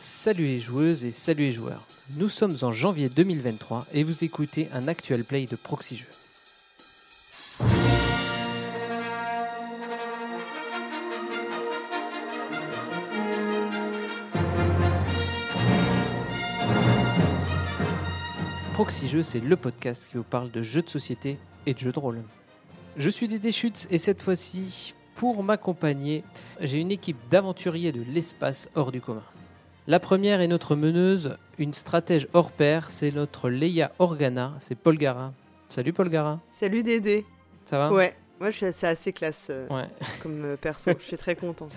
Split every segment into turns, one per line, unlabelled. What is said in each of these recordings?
Salut les joueuses et salut les joueurs. Nous sommes en janvier 2023 et vous écoutez un actual play de Proxy Jeux. Proxy Jeux, c'est le podcast qui vous parle de jeux de société et de jeux de rôle. Je suis Dédé Chutes et cette fois-ci, pour m'accompagner, j'ai une équipe d'aventuriers de l'espace hors du commun. La première est notre meneuse, une stratège hors pair, c'est notre Leia Organa, c'est Paul Gara. Salut Paul Gara,
Salut Dédé.
ça va
ouais, moi je suis assez, assez classe euh,
Ah. Ouais.
comme euh, perso, je suis très contente.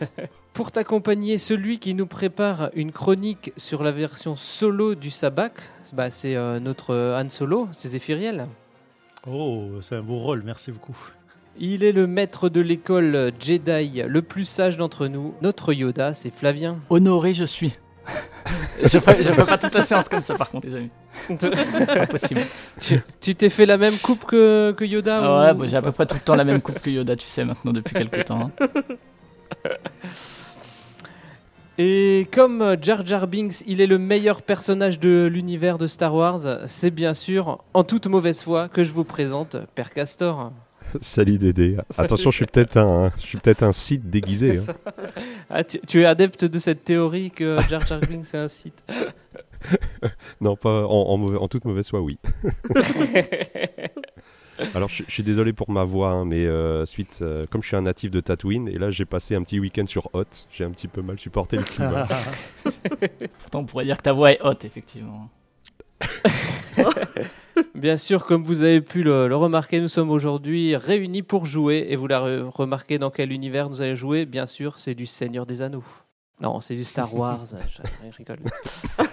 Pour t'accompagner, celui qui nous prépare une chronique sur la version solo du Sabac, bah, c'est euh, notre euh, Han Solo, c'est Zéphiriel.
Oh, c'est un beau rôle, merci beaucoup.
Il est le maître de l'école Jedi, le plus sage d'entre nous. Notre Yoda, c'est Flavien.
Honoré je suis. je ferai, je ferai pas toute la séance comme ça par contre les amis. Pas possible.
tu tu t'es fait la même coupe que, que Yoda
Ah ouais,
ou-
bon, j'ai à peu près tout le temps la même coupe que Yoda, tu sais maintenant depuis quelques temps. hein.
Et comme euh, Jar Jar Binks, il est le meilleur personnage de l'univers de Star Wars, c'est bien sûr, en toute mauvaise foi, que je vous présente Père Castor.
Salut Dédé. Attention, je suis peut-être un, hein, je suis peut-être un site déguisé. hein.
Ah, tu, tu es adepte de cette théorie que Jar Jar Binks est un site
Non, pas en, en mauvais- en toute mauvaise foi, oui. Alors, je, je suis désolé pour ma voix, hein, mais euh, suite, euh, comme je suis un natif de Tatooine, et là j'ai passé un petit week-end sur Hot, j'ai un petit peu mal supporté le climat.
Pourtant on pourrait dire que ta voix est haute effectivement.
Bien sûr, comme vous avez pu le, le remarquer, nous sommes aujourd'hui réunis pour jouer. Et vous la re- remarquez dans quel univers nous allons jouer Bien sûr, c'est du Seigneur des Anneaux. Non, c'est du Star Wars. je je rigole.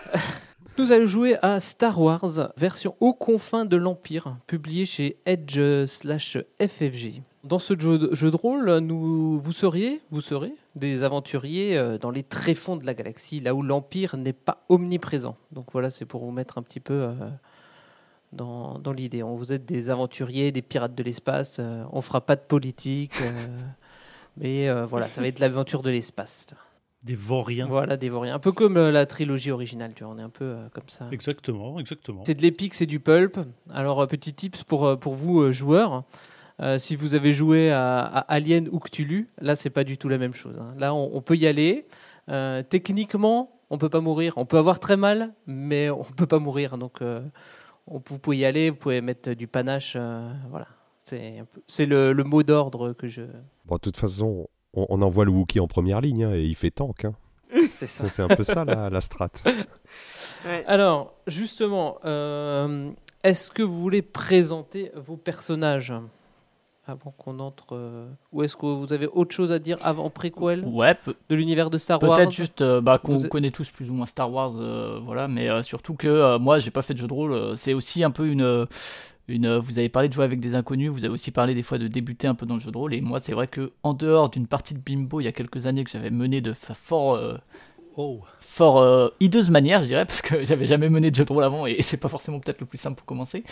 nous allons jouer à Star Wars, version aux confins de l'Empire, publié chez Edge euh, slash FFG. Dans ce jeu de, jeu de rôle, nous, vous seriez, vous serez des aventuriers euh, dans les tréfonds de la galaxie, là où l'Empire n'est pas omniprésent. Donc voilà, c'est pour vous mettre un petit peu euh, dans, dans l'idée. On vous êtes des aventuriers, des pirates de l'espace. euh, on fera pas de politique, euh, mais euh, voilà, ça va être l'aventure de l'espace.
Des vauriens.
Voilà, des vauriens. Un peu comme euh, la trilogie originale, tu vois. On est un peu euh, comme ça.
Exactement, exactement.
C'est de l'épique, c'est du pulp. Alors, euh, petit tips pour, euh, pour vous, euh, joueurs. Euh, si vous avez joué à, à Alien ou Cthulhu, là, c'est pas du tout la même chose. hein. Là, on, on peut y aller. Euh, techniquement, on peut pas mourir. On peut avoir très mal, mais on peut pas mourir. Donc, euh, on, vous pouvez y aller, vous pouvez mettre du panache. euh, voilà. C'est un peu- c'est le, le mot d'ordre que je.
Bon, de toute façon, on, on envoie le Wookiee en première ligne hein, et il fait tank. hein.
C'est ça.
Ça, C'est un peu ça la, la strat.
Ouais.
Alors, justement, euh, est-ce que vous voulez présenter vos personnages avant qu'on entre euh, Ou est-ce que vous avez autre chose à dire avant préquel
Ouais, pe-
de l'univers de Star Wars
peut-être juste euh, bah, qu'on
Vous-
connaît tous plus ou moins Star Wars, euh, voilà, mais euh, surtout que euh, moi j'ai pas fait de jeu de rôle, euh, c'est aussi un peu une. euh, une, euh, vous avez parlé de jouer avec des inconnus, vous avez aussi parlé des fois de débuter un peu dans le jeu de rôle, et moi c'est vrai que en dehors d'une partie de bimbo il y a quelques années que j'avais menée de fa- fort euh,
Oh,
fort euh, hideuse manière, je dirais, parce que j'avais jamais mené de jeu de rôle avant et c'est pas forcément peut-être le plus simple pour commencer.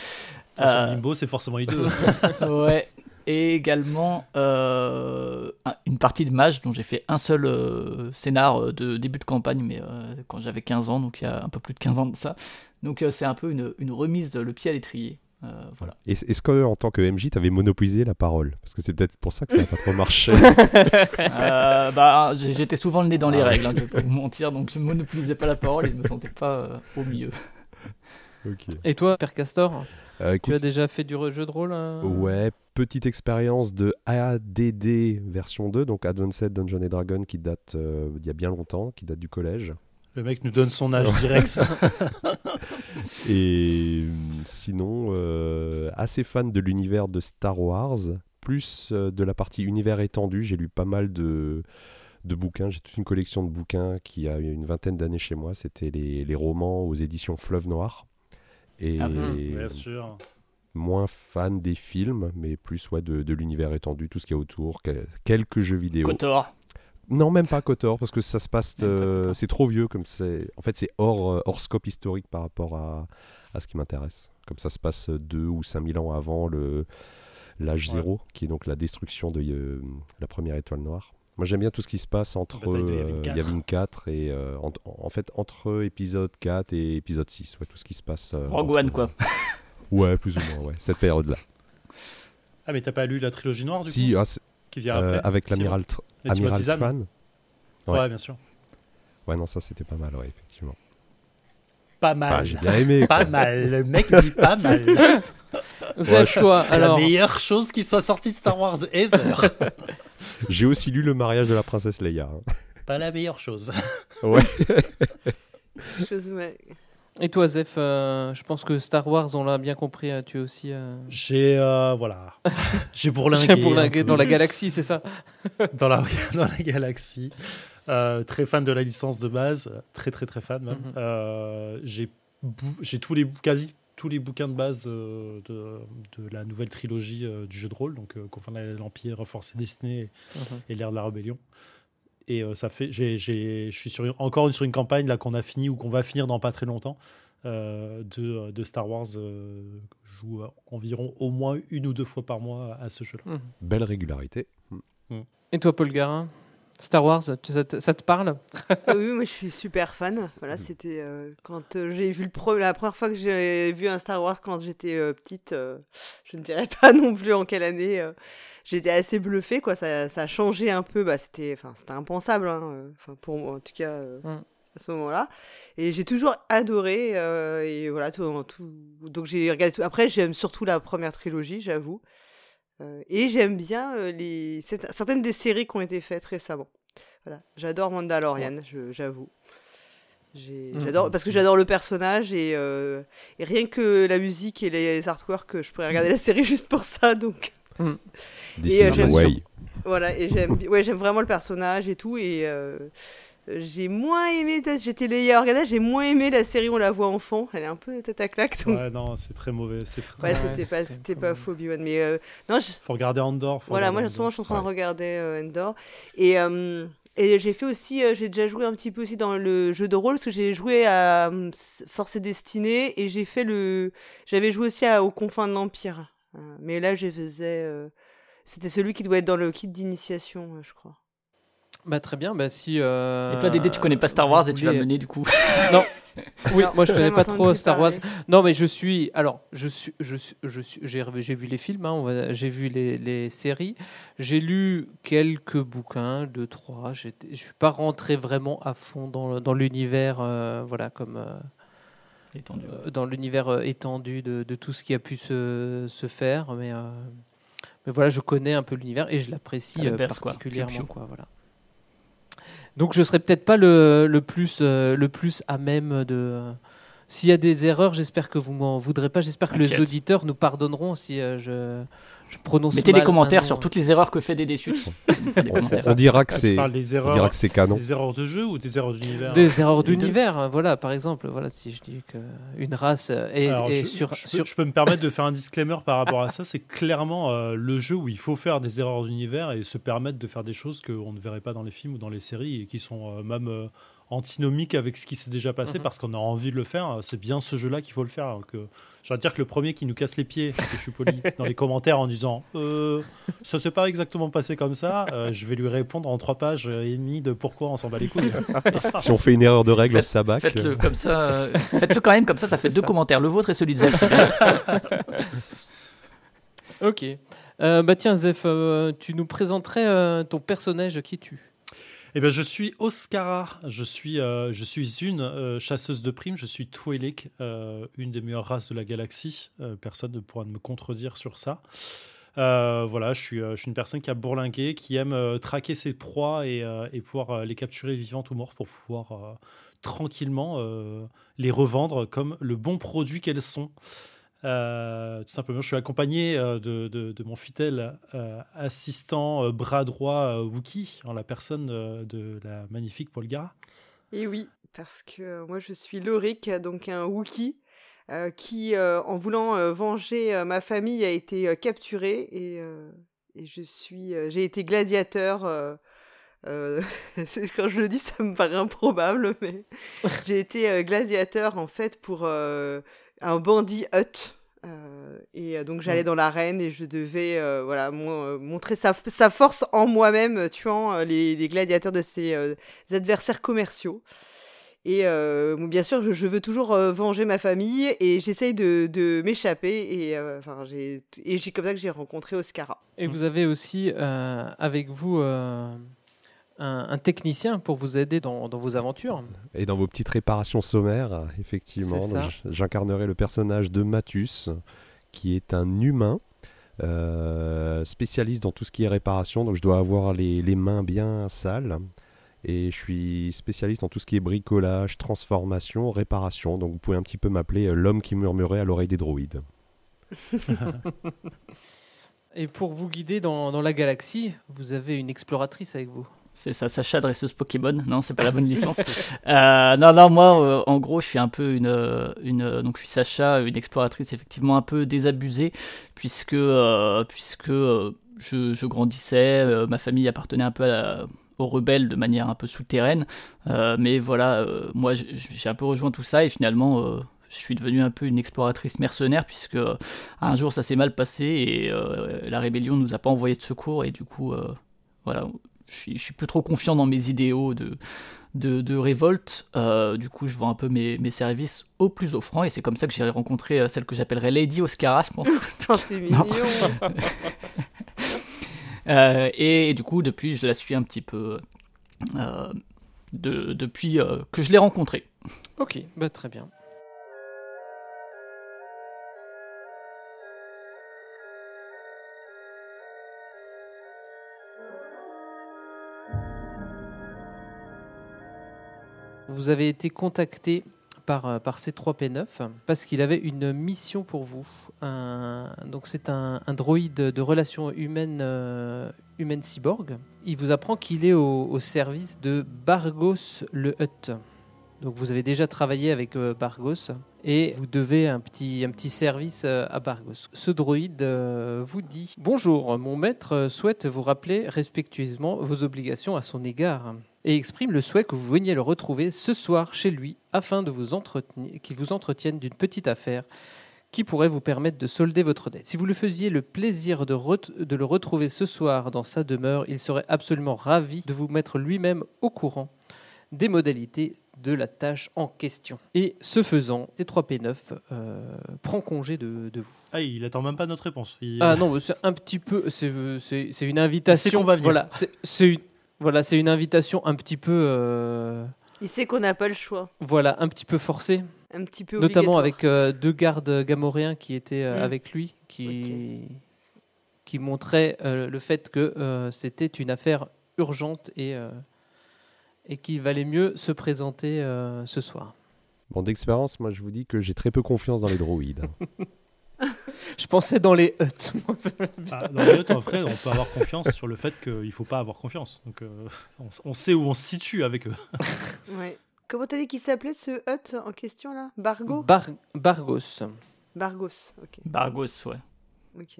attention,
Euh,
Bimbo, c'est forcément hideux.
ouais. Et également euh, un- une partie de mage dont j'ai fait un seul euh, scénar euh, de début de campagne, mais euh, quand j'avais 15 ans, donc il y a un peu plus de 15 ans de ça. Donc euh, c'est un peu une, une remise euh, le pied à l'étrier. Euh, voilà.
Et- Est-ce que en tant que MJ, t'avais monopolisé la parole Parce que c'est peut-être pour ça que ça n'a pas trop marché.
Euh, bah, j'ai- j'étais souvent le nez dans les
Ah ouais.
règles, hein, je vais pas vous mentir, donc je monopolisais pas la parole et je me sentais pas euh, au milieu.
Ok.
Et toi, Père Castor,
Euh,
tu as déjà fait du re- jeu de rôle euh
Ouais, petite expérience de ADD version 2, donc Advanced Dungeon and Dragon qui date euh, d'il y a bien longtemps, qui date du collège.
Le mec nous donne son âge direct.
Et euh, sinon, euh, assez fan de l'univers de Star Wars, plus euh, de la partie univers étendu. J'ai lu pas mal de, de bouquins, j'ai toute une collection de bouquins qui a une vingtaine d'années chez moi. C'était les, les romans aux éditions Fleuve Noir. Et
Ah bon
Bien sûr.
moins fan des films, mais plus ouais, de, de l'univers étendu, tout ce qu'il y a autour, que- quelques jeux vidéo.
Kotor.
Non, même pas Kotor, parce que ça se passe.
Même pas
euh,
Kotor.
c'est trop vieux, comme c'est. En fait, c'est hors, euh, hors scope historique par rapport à, à ce qui m'intéresse. Comme ça se passe euh, deux ou cinq mille ans avant le l'âge
Ouais.
zéro, qui est donc la destruction de euh, la première étoile noire. Moi, j'aime bien tout ce qui se passe entre
Bataille de Yavin
euh,
4.
Yavin 4 et. euh, en, en fait, entre épisode 4 et épisode 6. Ouais, tout ce qui se passe. euh,
Rogue
entre-
One, quoi.
Ouais, plus ou moins, ouais. Cette période-là.
Ah, mais t'as pas lu la trilogie noire, du
Si,
coup
ah, c'est-
Qui vient
euh,
après
avec
Si,
l'amiral Tr-
ouais. La
Amiral
Timothy Zahn.
Tran. ouais.
Ouais, bien sûr.
Ouais, non, ça, c'était pas mal, ouais, effectivement.
Pas
Enfin,
mal.
j'ai bien aimé.
pas
quoi.
mal. Le mec dit pas mal.
Zeb, toi, alors.
La meilleure chose qui soit sortie de Star Wars ever.
J'ai aussi lu Le mariage de la princesse Leia. hein.
pas la meilleure chose.
Chose, ouais.
Et toi, Zef, euh, je pense que Star Wars, on l'a bien compris, hein, tu es aussi. euh,
J'ai euh, voilà. J'ai bourlingué.
chien pour
un
linguer
peu.
dans la galaxie, c'est ça
dans la, dans la galaxie. Euh, très fan de la licence de base, très très très fan même.
Mhm.
Euh, j'ai bou- j'ai tous les bou- quasi tous les bouquins de base euh, de, de la nouvelle trilogie euh, du jeu de rôle, donc euh, Confins de l'Empire, Force et Destinée
Mhm.
et l'ère de la rébellion. Et euh, ça fait, j'ai- j'ai- je suis sur une- encore sur une campagne là qu'on a fini ou qu'on va finir dans pas très longtemps euh, de, euh, de Star Wars. euh, je joue euh, environ au moins une ou deux fois par mois à ce jeu-là.
Belle régularité.
Et toi, Paul Garin Star Wars, tu- ça te, ça te parle
Ah oui, moi je suis super fan. Voilà, c'était euh, quand euh, j'ai vu le pro- la première fois que j'ai vu un Star Wars quand j'étais euh, petite. euh, je ne dirais pas non plus en quelle année. euh, J'étais assez bluffée, quoi. Ça, ça a changé un peu. Bah, c'était, enfin, c'était impensable, hein, euh, enfin, pour moi, en tout cas, euh,
Mm.
à ce moment-là. Et j'ai toujours adoré. euh, et voilà, tout, tout- Donc j'ai regardé tout. Après, j'aime surtout la première trilogie, j'avoue. Euh, et j'aime bien euh, les c'est- certaines des séries qui ont été faites récemment. Voilà, j'adore Mandalorian, je- j'avoue. J'ai-
Mm.
J'adore parce que j'adore le personnage et, euh, et rien que la musique et les artworks, je pourrais regarder la série juste pour ça. Donc
This
Et, euh,
is the
j'aime
way.
voilà, et j'aime bi- ouais, j'aime vraiment le personnage et tout. Et euh, j'ai moins aimé. peut-être- J'étais Leia Organa, j'ai moins aimé la série où on la voit enfant. Elle est un peu tête à claque. Donc,
Ouais, non, c'est très mauvais. C'est très,
ouais,
Ouais,
c'était pas,
c'était
c'était
pas
pas
mal.
faux, Obi-Wan. Mais euh, non, je-
Faut regarder Andorre.
voilà, moi, souvent, je suis en train de
ouais.
regarder euh, Endor. Et. euh, et j'ai fait aussi, euh, j'ai déjà joué un petit peu aussi dans le jeu de rôle parce que j'ai joué à euh, Force et Destinée et j'ai fait le, j'avais joué aussi à, aux confins de l'Empire. Euh, mais là, je faisais, euh, c'était celui qui doit être dans le kit d'initiation, euh, je crois.
Bah très bien, bah si... euh,
Et toi, Dédé, tu connais pas Star Wars et tu vas
voulez-
mener, du coup.
Oui,
Non,
moi je
j'ai
connais
même
pas
entendu
trop Star Wars.
parler.
Non mais je suis... Alors, je suis... Je suis, je suis j'ai, revu- j'ai vu les films, hein, on va- j'ai vu les, les séries, j'ai lu quelques bouquins, deux, trois, j'étais- je suis pas rentré vraiment à fond dans, le- dans l'univers, euh, voilà, comme... euh,
Étendu.
euh, dans l'univers euh, étendu de, de tout ce qui a pu se, se faire, mais... euh, Mais voilà, je connais un peu l'univers et je
Ça
l'apprécie
le
euh,
berce, quoi.
particulièrement.
Piou, piou.
Quoi, voilà. Donc je serais peut-être pas le, le plus, euh, le plus à même de... S'il y a des erreurs, j'espère que vous m'en voudrez pas. J'espère que les
T'inquiète.
auditeurs nous pardonneront si euh, je, je prononce
Mettez
mal
des
un
commentaires
nom,
sur
euh.
toutes les erreurs que fait Dédé Chute. Des
On,
commentaires.
on dira que
Tu
c'est,
parles des
on dira
erreurs,
que c'est canon.
des erreurs de jeu ou des erreurs d'univers
Des erreurs
Les deux.
d'univers, hein, voilà, par exemple. Voilà, si je dis qu'une race euh, est,
Alors,
est
je,
sur...
je peux-
sur...
je peux me permettre de faire un disclaimer par rapport à ça. C'est clairement euh, le jeu où il faut faire des erreurs d'univers et se permettre de faire des choses qu'on ne verrait pas dans les films ou dans les séries et qui sont euh, même euh, antinomiques avec ce qui s'est déjà passé
Mhm.
parce qu'on a envie de le faire. C'est bien ce jeu-là qu'il faut le faire. Donc, euh, j'ai envie de dire que le premier qui nous casse les pieds, parce que je suis poli, dans les commentaires en disant euh, ça s'est pas exactement passé comme ça, euh, je vais lui répondre en trois pages et demie de pourquoi on s'en bat les couilles.
Si on fait une erreur de règle,
Faites-
on s'abac.
Faites-le comme ça. euh, Faites-le quand même comme ça, ça fait
C'est
deux
ça.
commentaires, le vôtre et celui de Zeb.
Ok. Euh, bah tiens, Zef, euh, tu nous présenterais euh, ton personnage qui tu
Eh ben, je suis Oscara. Je suis, euh, je suis une euh, chasseuse de primes. Je suis Twi'lek, euh, une des meilleures races de la galaxie. Euh, personne ne pourra me contredire sur ça. Euh, voilà, je suis, euh, je suis une personne qui a bourlingué, qui aime euh, traquer ses proies et, euh, et pouvoir euh, les capturer vivantes ou mortes pour pouvoir euh, tranquillement euh, les revendre comme le bon produit qu'elles sont. Euh, tout simplement, je suis accompagné euh, de, de- de mon fidèle euh, assistant euh, bras droit euh, Wookie, en la personne euh, de la magnifique Polgara.
Et oui, parce que euh, moi je suis Loric, donc un Wookie, euh, qui, euh, en voulant euh, venger euh, ma famille, a été euh, capturé et, euh, et je suis, euh, j'ai été gladiateur. euh, euh, c'est- quand je le dis, ça me paraît improbable, mais j'ai été euh, gladiateur en fait pour euh, un bandit hut. Euh, et euh, donc j'allais dans l'arène et je devais euh, voilà mon- euh, montrer sa, sa force en moi-même, euh, tuant euh, les, les gladiateurs de ses euh, adversaires commerciaux. Et euh, bon, bien sûr, je, je veux toujours euh, venger ma famille et j'essaye de, de m'échapper. Et euh, enfin, j'ai et j'ai comme ça que j'ai rencontré Oscara.
Et vous avez aussi euh, avec vous euh, un, un technicien pour vous aider dans, dans vos aventures.
Et dans vos petites réparations sommaires, effectivement,
C'est ça.
donc j- j'incarnerai le personnage de Mathus, qui est un humain euh, spécialiste dans tout ce qui est réparation. Donc je dois avoir les, les mains bien sales. Et je suis spécialiste dans tout ce qui est bricolage, transformation, réparation. Donc vous pouvez un petit peu m'appeler euh, l'homme qui murmurait à l'oreille des droïdes.
Et pour vous guider dans, dans la galaxie, vous avez une exploratrice avec vous.
C'est ça, Sacha dresseuse Pokémon. Non, c'est pas la bonne licence. Euh, non, non, moi, euh, en gros, je suis un peu une, euh, une, euh, donc je suis Sacha, une exploratrice effectivement un peu désabusée, puisque, euh, puisque euh, je, je grandissais, euh, ma famille appartenait un peu à la- aux rebelles de manière un peu souterraine, Euh, mais voilà, euh, moi, j- j'ai un peu rejoint tout ça et finalement. euh, je suis devenu un peu une exploratrice mercenaire puisque euh, un jour ça s'est mal passé et euh, la rébellion nous a pas envoyé de secours et du coup euh, voilà je suis, je suis plus trop confiant dans mes idéaux de, de, de révolte. Euh, du coup, je vends un peu mes, mes services au plus offrant et c'est comme ça que j'ai rencontré euh, celle que j'appellerais Lady Oscara, je pense.
Putain, c'est mignon.
Non. Euh, et, du coup, depuis, je la suis un petit peu. euh, de- depuis euh, que je l'ai rencontrée.
Ok, bah, très bien. Vous avez été contacté par, euh, par C3P9 parce qu'il avait une mission pour vous. Un- donc c'est un, un droïde de relations humaines euh, humaine cyborg. Il vous apprend qu'il est au, au service de Bargos le Hut. Donc vous avez déjà travaillé avec euh, Bargos et vous devez un petit, un petit service euh, à Bargos. Ce droïde euh, vous dit Bonjour, mon maître euh, souhaite vous rappeler respectueusement vos obligations à son égard et exprime le souhait que vous veniez le retrouver ce soir chez lui afin de vous entretenir, qu'il vous entretienne d'une petite affaire qui pourrait vous permettre de solder votre dette. Si vous lui faisiez le plaisir de, ret- de le retrouver ce soir dans sa demeure, il serait absolument ravi de vous mettre lui-même au courant des modalités de la tâche en question. Et ce faisant, T3P9 euh, prend congé de, de vous.
Ah, il attend même pas notre réponse. Il-
Ah non, c'est un petit peu, c'est euh, c'est- c'est une
C'est
invitation.
qu'on va venir.
Voilà, c'est- c'est une, voilà, c'est une invitation un petit peu, euh,
Il sait qu'on n'a pas le choix.
voilà, un petit peu forcée.
Un petit peu.
Notamment
obligatoire.
avec euh, deux gardes gamoréens qui étaient euh,
Mm.
avec lui, qui, qui montraient euh, le fait que euh, c'était une affaire urgente et, euh, et qu'il valait mieux se présenter euh, ce soir.
Bon, d'expérience, moi je vous dis que j'ai très peu confiance dans les droïdes.
Je pensais dans les huttes.
Ah, dans le autres, après, on peut avoir confiance sur le fait qu'il faut pas avoir confiance. Donc, euh, on, on sait où on se situe avec eux.
Ouais. Comment t'as dit qu'il s'appelait ce hut en question là Bargo
Bar- Bargos.
Bargos. Ok.
Bargos, ouais.
Ok.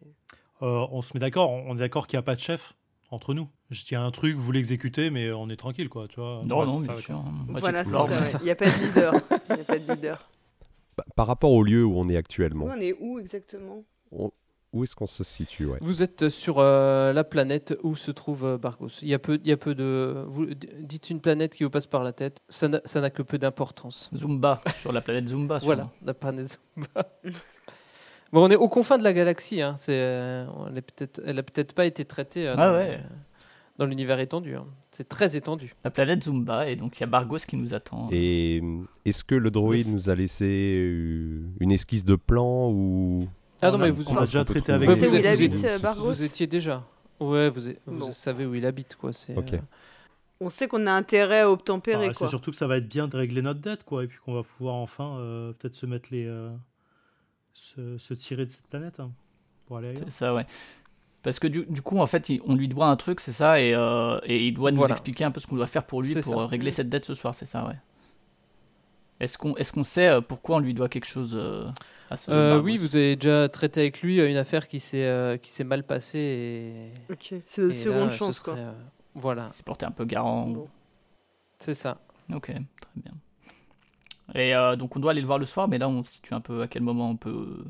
Euh, on se met d'accord, on on est d'accord qu'il n'y a pas de chef entre nous. Je tiens un truc, vous l'exécutez, mais on est tranquille, quoi. Tu vois
Non,
Ah, Ouais,
non,
c'est ça,
bien
quoi.
sûr. hein. Moi,
Voilà, c'est
j'explore.
c'est
ça.
ça.
Il n'y a pas de leader. Il a pas de leader.
Pa- par rapport au lieu où on est actuellement,
Nous, on est où exactement
où est-ce qu'on se situe ouais
Vous êtes sur euh, la planète où se trouve euh, Bargos. Il y a peu, il y a peu de. Vous d- dites une planète qui vous passe par la tête. Ça n'a- ça n'a que peu d'importance.
Zumba, sur la planète Zumba. sûrement.
Voilà, la planète Zumba. bon, on est aux confins de la galaxie. Hein. C'est, euh, on est peut-être, elle a peut-être pas été traitée euh,
Ah
dans,
ouais. Ah
dans l'univers étendu. hein. C'est très étendu.
La planète Zumba, et donc il y a Bargos qui nous attend.
Et euh, est-ce que le droïde
Oui.
nous a laissé euh, une esquisse de plan ou
Ah
On
non,
a-
mais vous,
on a déjà
on peut
traité avec
trouver-
Ouais, vous
C'est où il
êtes-
habite,
vous
euh,
êtes-
Bargos
vous étiez déjà. Ouais, vous, êtes- vous
Bon.
savez où il habite, quoi. C'est,
Ok.
euh,
On sait qu'on a intérêt à obtempérer,
Ah, c'est
quoi.
surtout que ça va être bien de régler notre dette, quoi, et puis qu'on va pouvoir enfin euh, peut-être se mettre les, euh, se, se tirer de cette planète hein, pour aller ailleurs.
C'est ça, ouais. Parce que du, du coup, en fait, il- on lui doit un truc, c'est ça, et, euh, et il doit nous
Voilà.
expliquer un peu ce qu'on doit faire pour lui
C'est
pour
ça.
euh, régler cette dette ce soir, c'est ça, ouais. Est-ce qu'on est qu'on sait euh, pourquoi on lui doit quelque chose euh, à ce
Euh,
Bargos
oui, vous avez déjà traité avec lui euh, une affaire qui s'est, euh, qui s'est mal passée. Et,
Ok. C'est notre
et là,
seconde
ce
chance,
serait,
quoi.
euh, voilà,
Il s'est porté un peu garant.
Bon.
c'est ça.
Ok, très bien. Et euh, donc on doit aller le voir le soir, mais là on se situe un peu à quel moment on peut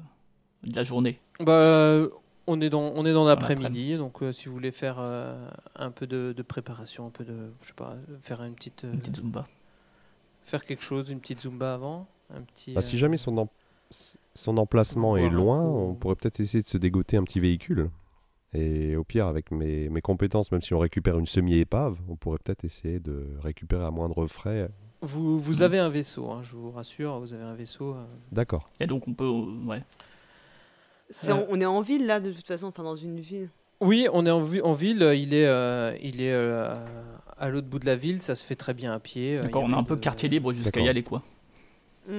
de la journée
Bah, euh, on est dans, on est dans l'après-midi, donc euh, si vous voulez faire euh, un peu de, de préparation, un peu de, je sais pas, faire une petite, euh,
une petite Zumba.
faire quelque chose, une petite zumba avant, un petit. euh,
Bah, si jamais son, em- son emplacement est
Boire un
loin,
coup.
on pourrait peut-être essayer de se dégoter un petit véhicule. Et au pire, avec mes, mes compétences, même si on récupère une semi-épave, on pourrait peut-être essayer de récupérer à moindre frais.
Vous, vous
Mm.
avez un vaisseau, hein, je vous rassure, vous avez un vaisseau. euh,
D'accord.
Et donc on peut, euh, ouais.
C'est en- on est en ville là, de toute façon, enfin dans une ville.
Oui, on est en, vi- en ville, euh, il est, euh, il est euh, à l'autre bout de la ville, ça se fait très bien à pied. euh,
D'accord,
il y
on a un
pas
peu
de-
quartier libre jusqu'à y
D'accord.
aller quoi.
Mm.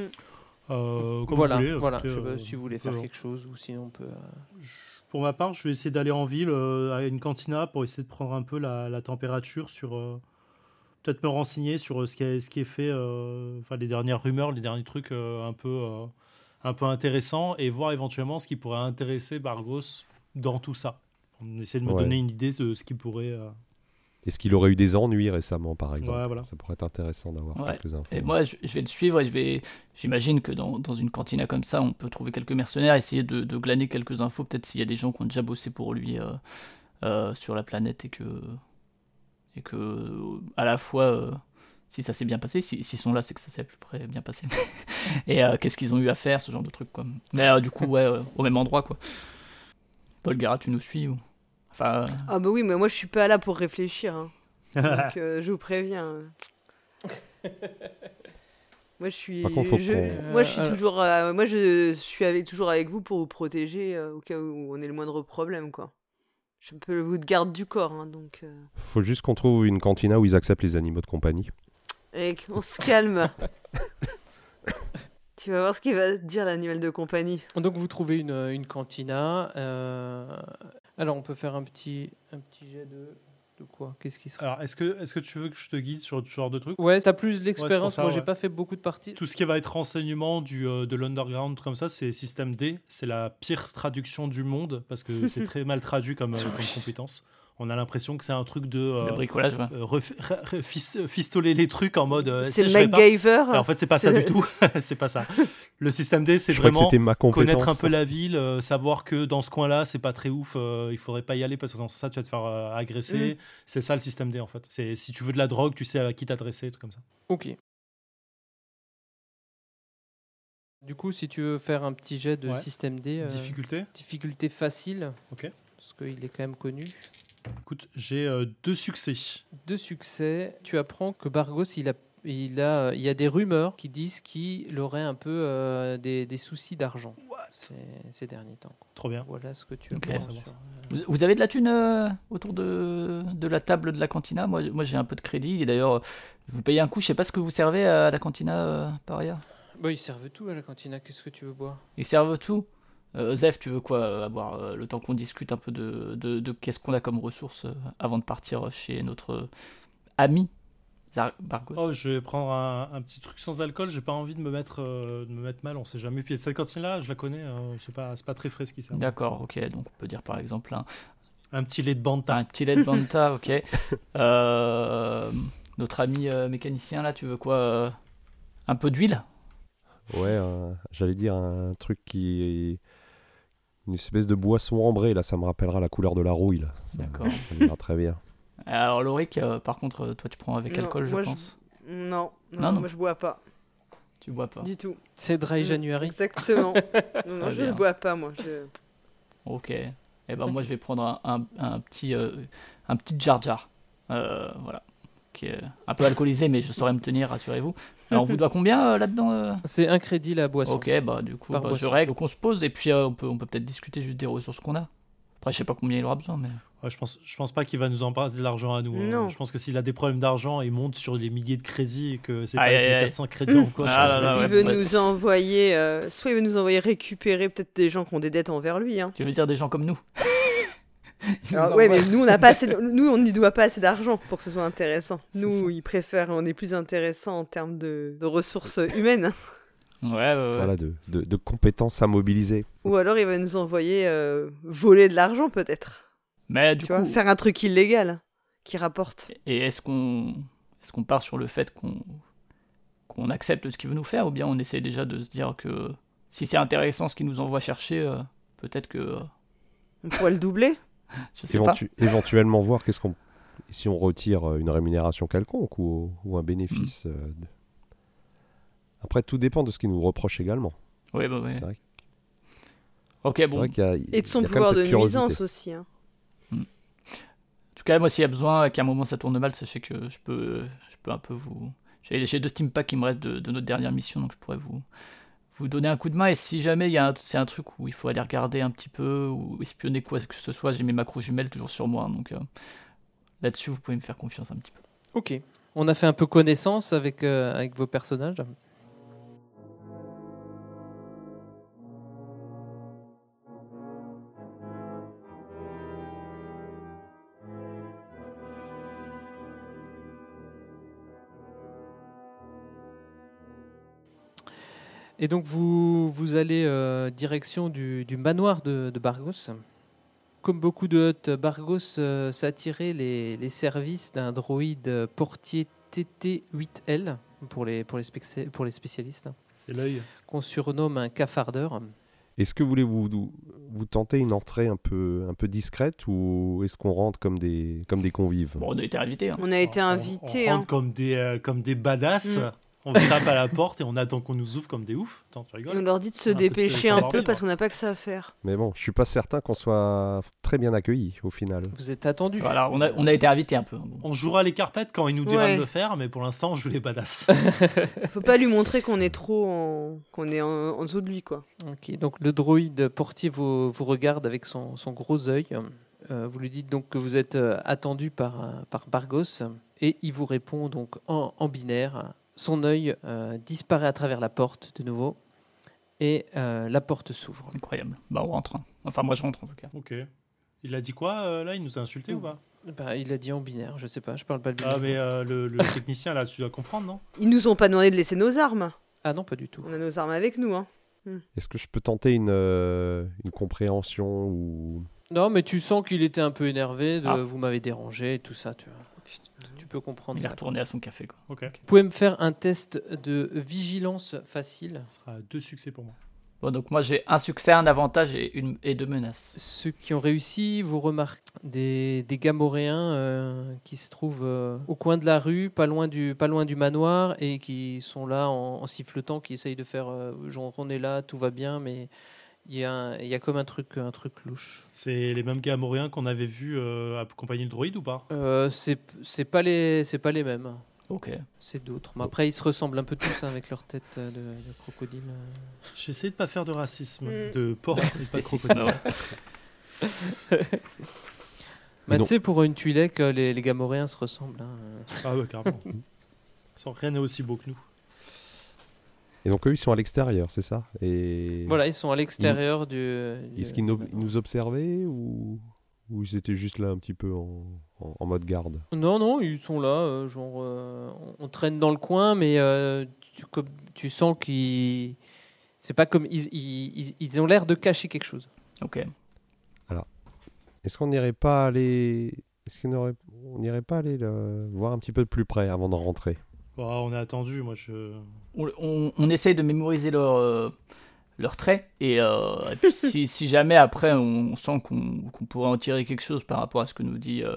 Euh, comme
Voilà,
vous voulez,
voilà.
écoutez,
je sais pas
euh,
si vous voulez faire
euh,
quelque chose ou sinon on peut. euh,
Pour ma part, je vais essayer d'aller en ville euh, à une cantina pour essayer de prendre un peu la, la température sur. euh, Peut-être me renseigner sur euh, ce qui est, ce qui est fait, euh, enfin les dernières rumeurs, les derniers trucs euh, un peu, euh, un peu intéressants et voir éventuellement ce qui pourrait intéresser Bargos dans tout ça. On essaie de me
Ouais.
donner une idée de ce qui pourrait. euh,
Est-ce qu'il aurait eu des ennuis récemment, par exemple
Ouais, voilà.
Ça pourrait être intéressant d'avoir
Ouais.
quelques infos.
Et moi, je, je vais le suivre et je vais. J'imagine que dans, dans une cantina comme ça, on peut trouver quelques mercenaires, essayer de, de glaner quelques infos. Peut-être s'il y a des gens qui ont déjà bossé pour lui euh, euh, sur la planète et que. Et que. euh, À la fois, euh, si ça s'est bien passé, si- s'ils sont là, c'est que ça s'est à peu près bien passé. et euh, qu'est-ce qu'ils ont eu à faire, ce genre de truc, quoi. Mais euh, du coup, ouais, euh, au même endroit, quoi. Paul Gara, tu nous suis ou... Enfin. euh,
Ah bah oui, mais moi je suis pas là pour réfléchir. hein. Donc euh, je vous préviens. moi je suis.
Par contre, faut
je-
qu'on-
Moi je suis
Euh,
toujours. euh, moi je, suis avec, toujours avec vous pour vous protéger euh, au cas où on ait le moindre problème quoi. Je suis un peu le vous de garde du corps hein, donc. euh,
Faut juste qu'on trouve une cantina où ils acceptent les animaux de compagnie.
Eric, on se calme. tu vas voir ce qu'il va dire l'animal de compagnie.
Donc vous trouvez une, euh, une cantina. euh, Alors on peut faire un petit, un petit jet de, de quoi Qu'est-ce qui serait
Alors, est-ce que, est-ce que tu veux que je te guide sur ce genre de truc
Ah. Ouais, t'as plus l'expérience.
ça,
Moi j'ai
ouais.
pas fait beaucoup de parties.
Tout ce qui va être renseignement du, euh, de l'underground comme ça, c'est système D. C'est la pire traduction du monde parce que c'est très mal traduit comme, euh, comme compétence. On a l'impression que c'est un truc de euh,
Le bricolage, ouais.
euh, ref- ra- ra- fis- euh, fistoler les trucs en mode. euh,
C'est
je vais pas.
MacGyver.
Mais en fait, c'est pas ça
C'est-
du tout. c'est pas ça. Le système D, c'est
Je crois que
vraiment
c'était ma compétence.
connaître un peu la ville, euh, savoir que dans ce coin-là, c'est pas très ouf, euh, il faudrait pas y aller parce que sans ça, tu vas te faire euh,
Mm.
agresser. C'est ça le système D en fait. C'est si tu veux de la drogue, tu sais à qui t'adresser, tout comme ça.
Ok. Du coup, si tu veux faire un petit jet de
Ouais.
système D, euh,
Difficulté
difficulté facile.
Ok.
Parce qu'il est quand même connu.
Écoute, j'ai euh, deux succès.
de succès, tu apprends que Bargos, il a, il a, il y a des rumeurs qui disent qu'il aurait un peu euh, des, des soucis d'argent ces, ces derniers temps. quoi.
Trop bien.
Voilà ce que tu
Ok.
apprends.
Savoir
sur-
Vous, vous avez de la thune euh, autour de, de la table de la cantina Moi, moi j'ai un peu de crédit. Et d'ailleurs, euh, vous payez un coup. Je sais pas ce que vous servez à la cantina euh, par ailleurs.
Bah, ils servent tout à la cantina. Qu'est-ce que tu veux boire
Ils servent tout. Euh, Zef, tu veux quoi euh, avoir euh, le temps qu'on discute un peu de, de, de qu'est-ce qu'on a comme ressources euh, avant de partir chez notre euh, ami Zar- Bargos
Oh, je vais prendre un, un petit truc sans alcool. J'ai pas envie de me mettre, euh, de me mettre mal. On sait jamais. Puis cette cantine-là, je la connais. euh, c'est pas, c'est pas très frais ce qui sert.
D'accord, ok. Donc on peut dire par exemple un,
Un petit lait de banta.
un petit lait de Vanta, ok. Euh, notre ami euh, mécanicien là, tu veux quoi euh, Un peu d'huile
Ouais, un- j'allais dire un truc qui est une espèce de boisson ambrée. Là, ça me rappellera la couleur de la rouille. Là. Ça-
D'accord.
Ça me ira très bien.
Alors, Loric, euh, par contre, euh, toi, tu prends avec
Non,
alcool, je
moi, je-
pense.
Non, non,
Non, non.
moi je bois pas
Tu bois pas.
du tout.
C'est Dry
Mm.
January.
Exactement. non, non,
Très
je
bien.
ne bois pas moi. je-
Ok. Eh ben, moi, je vais prendre un, un- un petit, euh, un petit Jar Jar. Euh, voilà. Qui est un peu alcoolisé, mais je saurais me tenir, rassurez-vous. Alors, on vous doit combien euh, là-dedans euh
C'est un crédit la boisson.
Ok, bah, du coup,
Par
bah, je
boisson.
règle, qu'on se pose, et puis euh, on peut on peut peut-être discuter juste des ressources qu'on a. Après, je sais pas combien il aura besoin, mais.
Ouais, je pense, je pense pas qu'il va nous emprunter de l'argent à nous. hein.
Non.
Je pense que s'il a des problèmes d'argent, il monte sur des milliers de crédits et que c'est pas
Aïe,
avec
aïe,
les
aïe.
400 crédits en poche.
Ah
je
là là,
vais-
il
ouais,
veut
bah-
nous envoyer, euh, soit il veut nous envoyer récupérer peut-être des gens qui ont des dettes envers lui. Hein.
Tu veux dire des gens comme nous Ils
Alors,
nous
ouais,
envoient-
mais nous on n'a pas assez, de- nous on ne lui doit pas assez d'argent pour que ce soit intéressant. Nous, il préfère, on est plus intéressant en termes de, de ressources humaines. hein.
Ouais, ouais, ouais.
Voilà, de, de- de compétences à mobiliser.
Ou alors il va nous envoyer euh, voler de l'argent peut-être.
Mais du
Tu
coup,
vois, faire un truc illégal qui rapporte.
Et est-ce qu'on est-ce qu'on part sur le fait qu'on qu'on accepte ce qu'il veut nous faire ou bien on essaie déjà de se dire que si c'est intéressant ce qu'ils nous envoient chercher, euh, peut-être que. euh,
On pourrait le doubler.
je sais
Éventu- éventuellement voir qu'est-ce qu'on si on retire euh, une rémunération quelconque ou, ou un
Mm.
bénéfice. euh, de- Après, tout dépend de ce qu'ils nous reprochent également.
pas. Ouais, bah ouais.
C'est vrai,
Ok,
c'est
bon.
vrai qu'il y a
Et de son
il y a quand même
pouvoir
cette
de
curiosité.
nuisance aussi. hein.
En tout cas, moi, s'il y a besoin, euh, qu'à un moment ça tourne mal, sachez que je peux, je peux un peu vous. J'ai j'ai deux Steam Packs qui me restent de, de notre dernière mission, donc je pourrais vous, vous donner un coup de main. Et si jamais il y a un- c'est un truc où il faut aller regarder un petit peu ou espionner quoi que ce soit, j'ai mes macros jumelles toujours sur moi, hein, donc euh, là-dessus vous pouvez me faire confiance un petit peu.
Ok. On a fait un peu connaissance avec, euh, avec vos personnages. Et donc vous, vous allez euh, direction du, du manoir de, de Bargos. Comme beaucoup de huttes, Bargos euh, s'attirait les, les services d'un droïde euh, portier TT8L pour les, pour les, spéc- pour les spécialistes, hein,
C'est l'œil.
qu'on surnomme un cafardeur.
Est-ce que vous voulez vous, vous, vous tenter une entrée un peu, un peu discrète ou est-ce qu'on rentre comme des, comme des convives
Bon, on a été invités. hein.
On a été
On- on-
invités.
On,
hein.
rentre comme des, euh, comme des badass.
Mm.
On tape à la porte et on attend qu'on nous ouvre comme des oufs. Attends,
Et
tu
on
rigoles
leur dit de se
Un peu de
dépêcher un peu
savoir-vivre.
parce qu'on n'a pas que ça à faire.
Mais bon, je suis pas certain qu'on soit très bien accueillis au final.
Vous êtes attendu.
Voilà, on a, on a été invités un peu. hein, bon.
On jouera les carpettes quand ils nous diront
Ouais.
de faire, mais pour l'instant, on joue les badass.
Faut pas lui montrer qu'on est trop en... qu'on est en... en dessous de lui quoi.
Ok, donc le droïde portier vous, vous regarde avec son, son gros œil. Euh, vous lui dites donc que vous êtes euh, attendu par, euh, par Bargos et il vous répond donc en, en binaire. Son œil euh, disparaît à travers la porte de nouveau et euh, la porte s'ouvre.
Incroyable. Bah, on rentre. hein. Enfin, moi je rentre en tout cas.
ok. Il a dit quoi euh, là Il nous a insulté ou pas
Mm.
Bah, il a dit en binaire, je sais pas, je parle pas le binaire.
Ah, mais euh, le, le technicien là, tu dois comprendre, non
Ils nous ont pas demandé de laisser nos armes.
Ah non, pas du tout.
On a nos armes avec nous hein.
Est-ce que je peux tenter une, euh, une compréhension ou...
Non, mais tu sens qu'il était un peu énervé, de,
Ah.
vous m'avez dérangé et tout ça, tu vois. Tu peux comprendre
Il est
ça.
retourné à son café. Quoi.
Ok.
Vous pouvez me faire un test de vigilance facile,
Ce sera deux succès pour moi.
Bon, donc moi j'ai un succès, un avantage et, une, et deux menaces.
Ceux qui ont réussi, vous remarquez des, des gamoréens euh, qui se trouvent euh, au coin de la rue, pas loin du, pas loin du manoir, et qui sont là en, en sifflotant, qui essayent de faire euh, genre on est là, tout va bien, mais il y a, un- il y a comme un truc, un truc louche.
C'est les mêmes gamoréens qu'on avait vus euh, accompagner le droïde ou pas
Euh, c'est c'est pas, les- c'est pas les mêmes, hein.
Ok.
c'est d'autres. Mais après, ils se ressemblent un peu tous hein, avec leur tête euh, de, de crocodile.
J'essaie de pas faire de racisme,
Mm.
de porc, c'est pas
Spécisme,
crocodile.
Mais
non.
tu sais, pour une tuilec, euh, les, les gamoréens se ressemblent. hein.
Ah ouais, carrément. Sans rien n'est aussi beau que nous.
Et donc eux, ils sont à l'extérieur, c'est ça Et...
Voilà, ils sont à l'extérieur du. du-
Est-ce qu'ils nous, ils nous observaient ou, ou ils étaient juste là un petit peu en, en- en mode garde
Non, non, ils sont là, euh, genre, euh, on, on traîne dans le coin, mais euh, tu, comme- tu sens qu'ils... C'est pas comme... Ils, ils- ils- ils ont l'air de cacher quelque chose.
Ok.
Est-ce qu'on n'irait pas aller Est-ce qu'on aurait- on n'irait pas aller le- voir un petit peu de plus près avant de rentrer
Bon, Oh, on a attendu, moi je.
on, on- on essaye de mémoriser leurs euh, leurs traits et, euh, et puis si, si jamais après on sent qu'on qu'on pourrait en tirer quelque chose par rapport à ce que nous dit euh,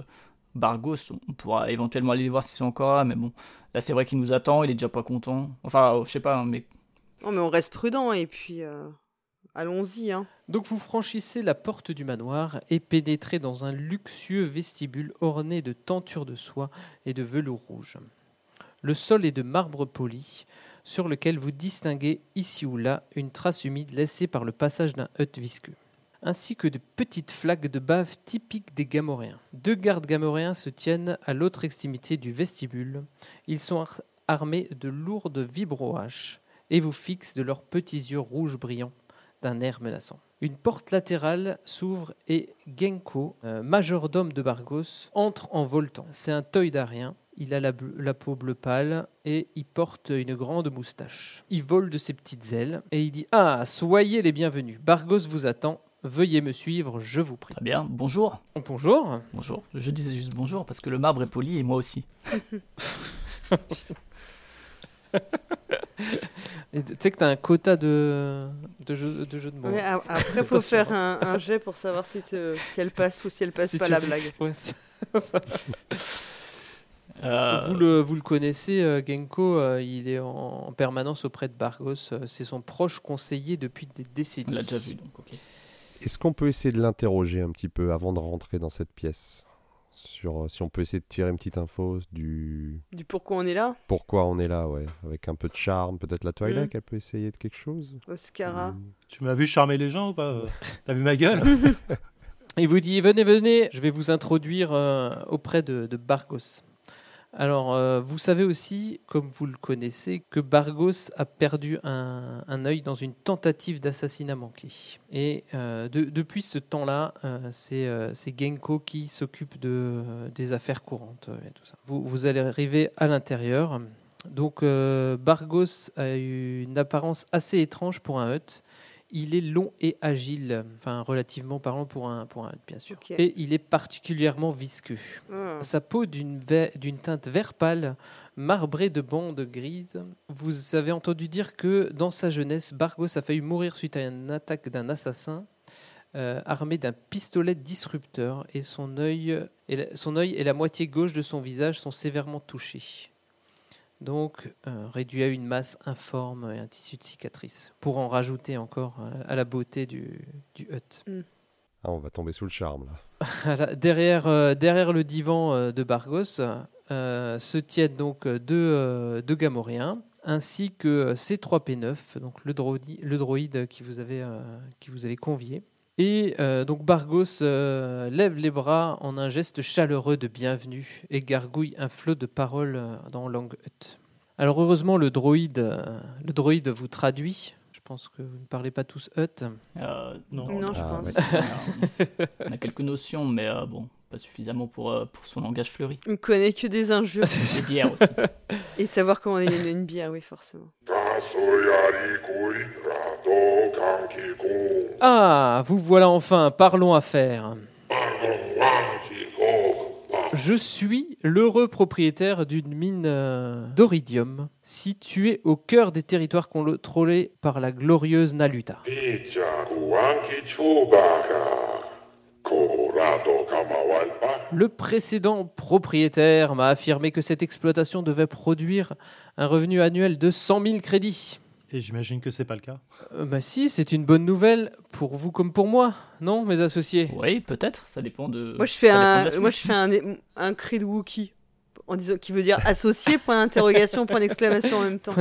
Bargos, on pourra éventuellement aller les voir s'ils sont encore là, mais bon, là c'est vrai qu'il nous attend, il est déjà pas content. Enfin, euh, je sais pas, hein, mais
Non mais on reste prudent et puis euh, allons-y hein.
Donc vous franchissez la porte du manoir et pénétrez dans un luxueux vestibule orné de tentures de soie et de velours rouge. Le sol est de marbre poli, sur lequel vous distinguez ici ou là une trace humide laissée par le passage d'un hut visqueux, ainsi que de petites flaques de bave typiques des Gamoréens. Deux gardes Gamoréens se tiennent à l'autre extrémité du vestibule. Ils sont ar- armés de lourdes vibrohaches et vous fixent de leurs petits yeux rouges brillants d'un air menaçant. Une porte latérale s'ouvre et Genko, euh, majordome de Bargos, entre en voltant. C'est un toy d'arien. Il a la, bleu- la peau bleu pâle et il porte une grande moustache. Il vole de ses petites ailes et il dit Ah, soyez les bienvenus. Bargos vous attend. Veuillez me suivre, je vous prie.
très bien, bonjour.
Bonjour.
Bonjour. Je disais juste bonjour parce que le marbre est poli et moi aussi.
Et Tu sais que t'as un quota de, de jeux de, jeux de mots.
Ouais, a- après, faut
Attention.
faire un, un jet pour savoir si, te- si elle passe ou si elle passe
Si
pas
tu-
la blague.
Ouais, c'est-
Euh,
Vous, le, vous le connaissez, euh, Genko, euh, il est en, en permanence auprès de Bargos. euh, c'est son proche conseiller depuis des décennies.
On l'a déjà vu, donc ok.
Est-ce qu'on peut essayer de l'interroger un petit peu avant de rentrer dans cette pièce sur, euh, Si on peut essayer de tirer une petite info du
Du pourquoi on est là,
pourquoi on est là, ouais. Avec un peu de charme, peut-être la Twilight, elle peut essayer de quelque chose
Oscara.
Mm.
Ou-
Tu m'as vu charmer les gens ou pas euh T'as vu ma gueule
Il vous dit Venez, venez, je vais vous introduire euh, auprès de, de Bargos. Alors, euh, vous savez aussi, comme vous le connaissez, que Bargos a perdu un, un œil dans une tentative d'assassinat manqué. Et euh, de- depuis ce temps-là, euh, c'est euh, c'est Genko qui s'occupe de, des affaires courantes euh, et tout ça. Vous, vous allez arriver à l'intérieur. Donc, euh, Bargos a eu une apparence assez étrange pour un hut. Il est long et agile, enfin relativement parlant pour un, pour un hut, bien sûr.
Ok.
Et il est particulièrement visqueux.
Ah.
Sa peau d'une ve- d'une teinte vert pâle, marbrée de bandes grises. Vous avez entendu dire que dans sa jeunesse, Bargos a failli mourir suite à une attaque d'un assassin euh, armé d'un pistolet disrupteur et son œil et la, son œil et la moitié gauche de son visage sont sévèrement touchés. Donc euh, réduit à une masse informe et un tissu de cicatrices, pour en rajouter encore euh, à la beauté du, du hut.
Ah, on va tomber sous le charme, là.
Voilà, derrière, euh, derrière le divan euh, de Bargos euh, se tiennent donc euh, deux, euh, deux Gamoriens ainsi que euh, C3P9, donc le, droidi- le droïde qui vous avait, euh, qui vous avait convié. Et euh, donc Bargos euh, lève les bras en un geste chaleureux de bienvenue et gargouille un flot de paroles euh, dans langue hut. Alors heureusement le droïde, euh, le droïde vous traduit. Je pense que vous ne parlez pas tous hut.
Euh,
Non.
Non, je
Ah,
pense.
ouais.
on a- on a quelques notions, mais euh, bon, pas suffisamment pour, euh, pour son langage fleuri.
On connaît que des injures.
Les bières aussi.
Et savoir comment on est une, une bière, oui, forcément.
Ah, vous voilà enfin, parlons affaires. Je suis l'heureux propriétaire d'une mine euh, d'oridium située au cœur des territoires contrôlés par la glorieuse Naluta. Le précédent propriétaire m'a affirmé que cette exploitation devait produire un revenu annuel de 100 000 crédits.
Et j'imagine que c'est pas le cas.
Euh, bah si, c'est une bonne nouvelle pour vous comme pour moi, non, mes associés
Oui, peut-être, ça dépend de.
Moi, je fais
ça dépend de la
un,
suite.
moi, je fais un, un cri de Wookie en disant, qui veut dire associé, point d'interrogation, point d'exclamation en même temps.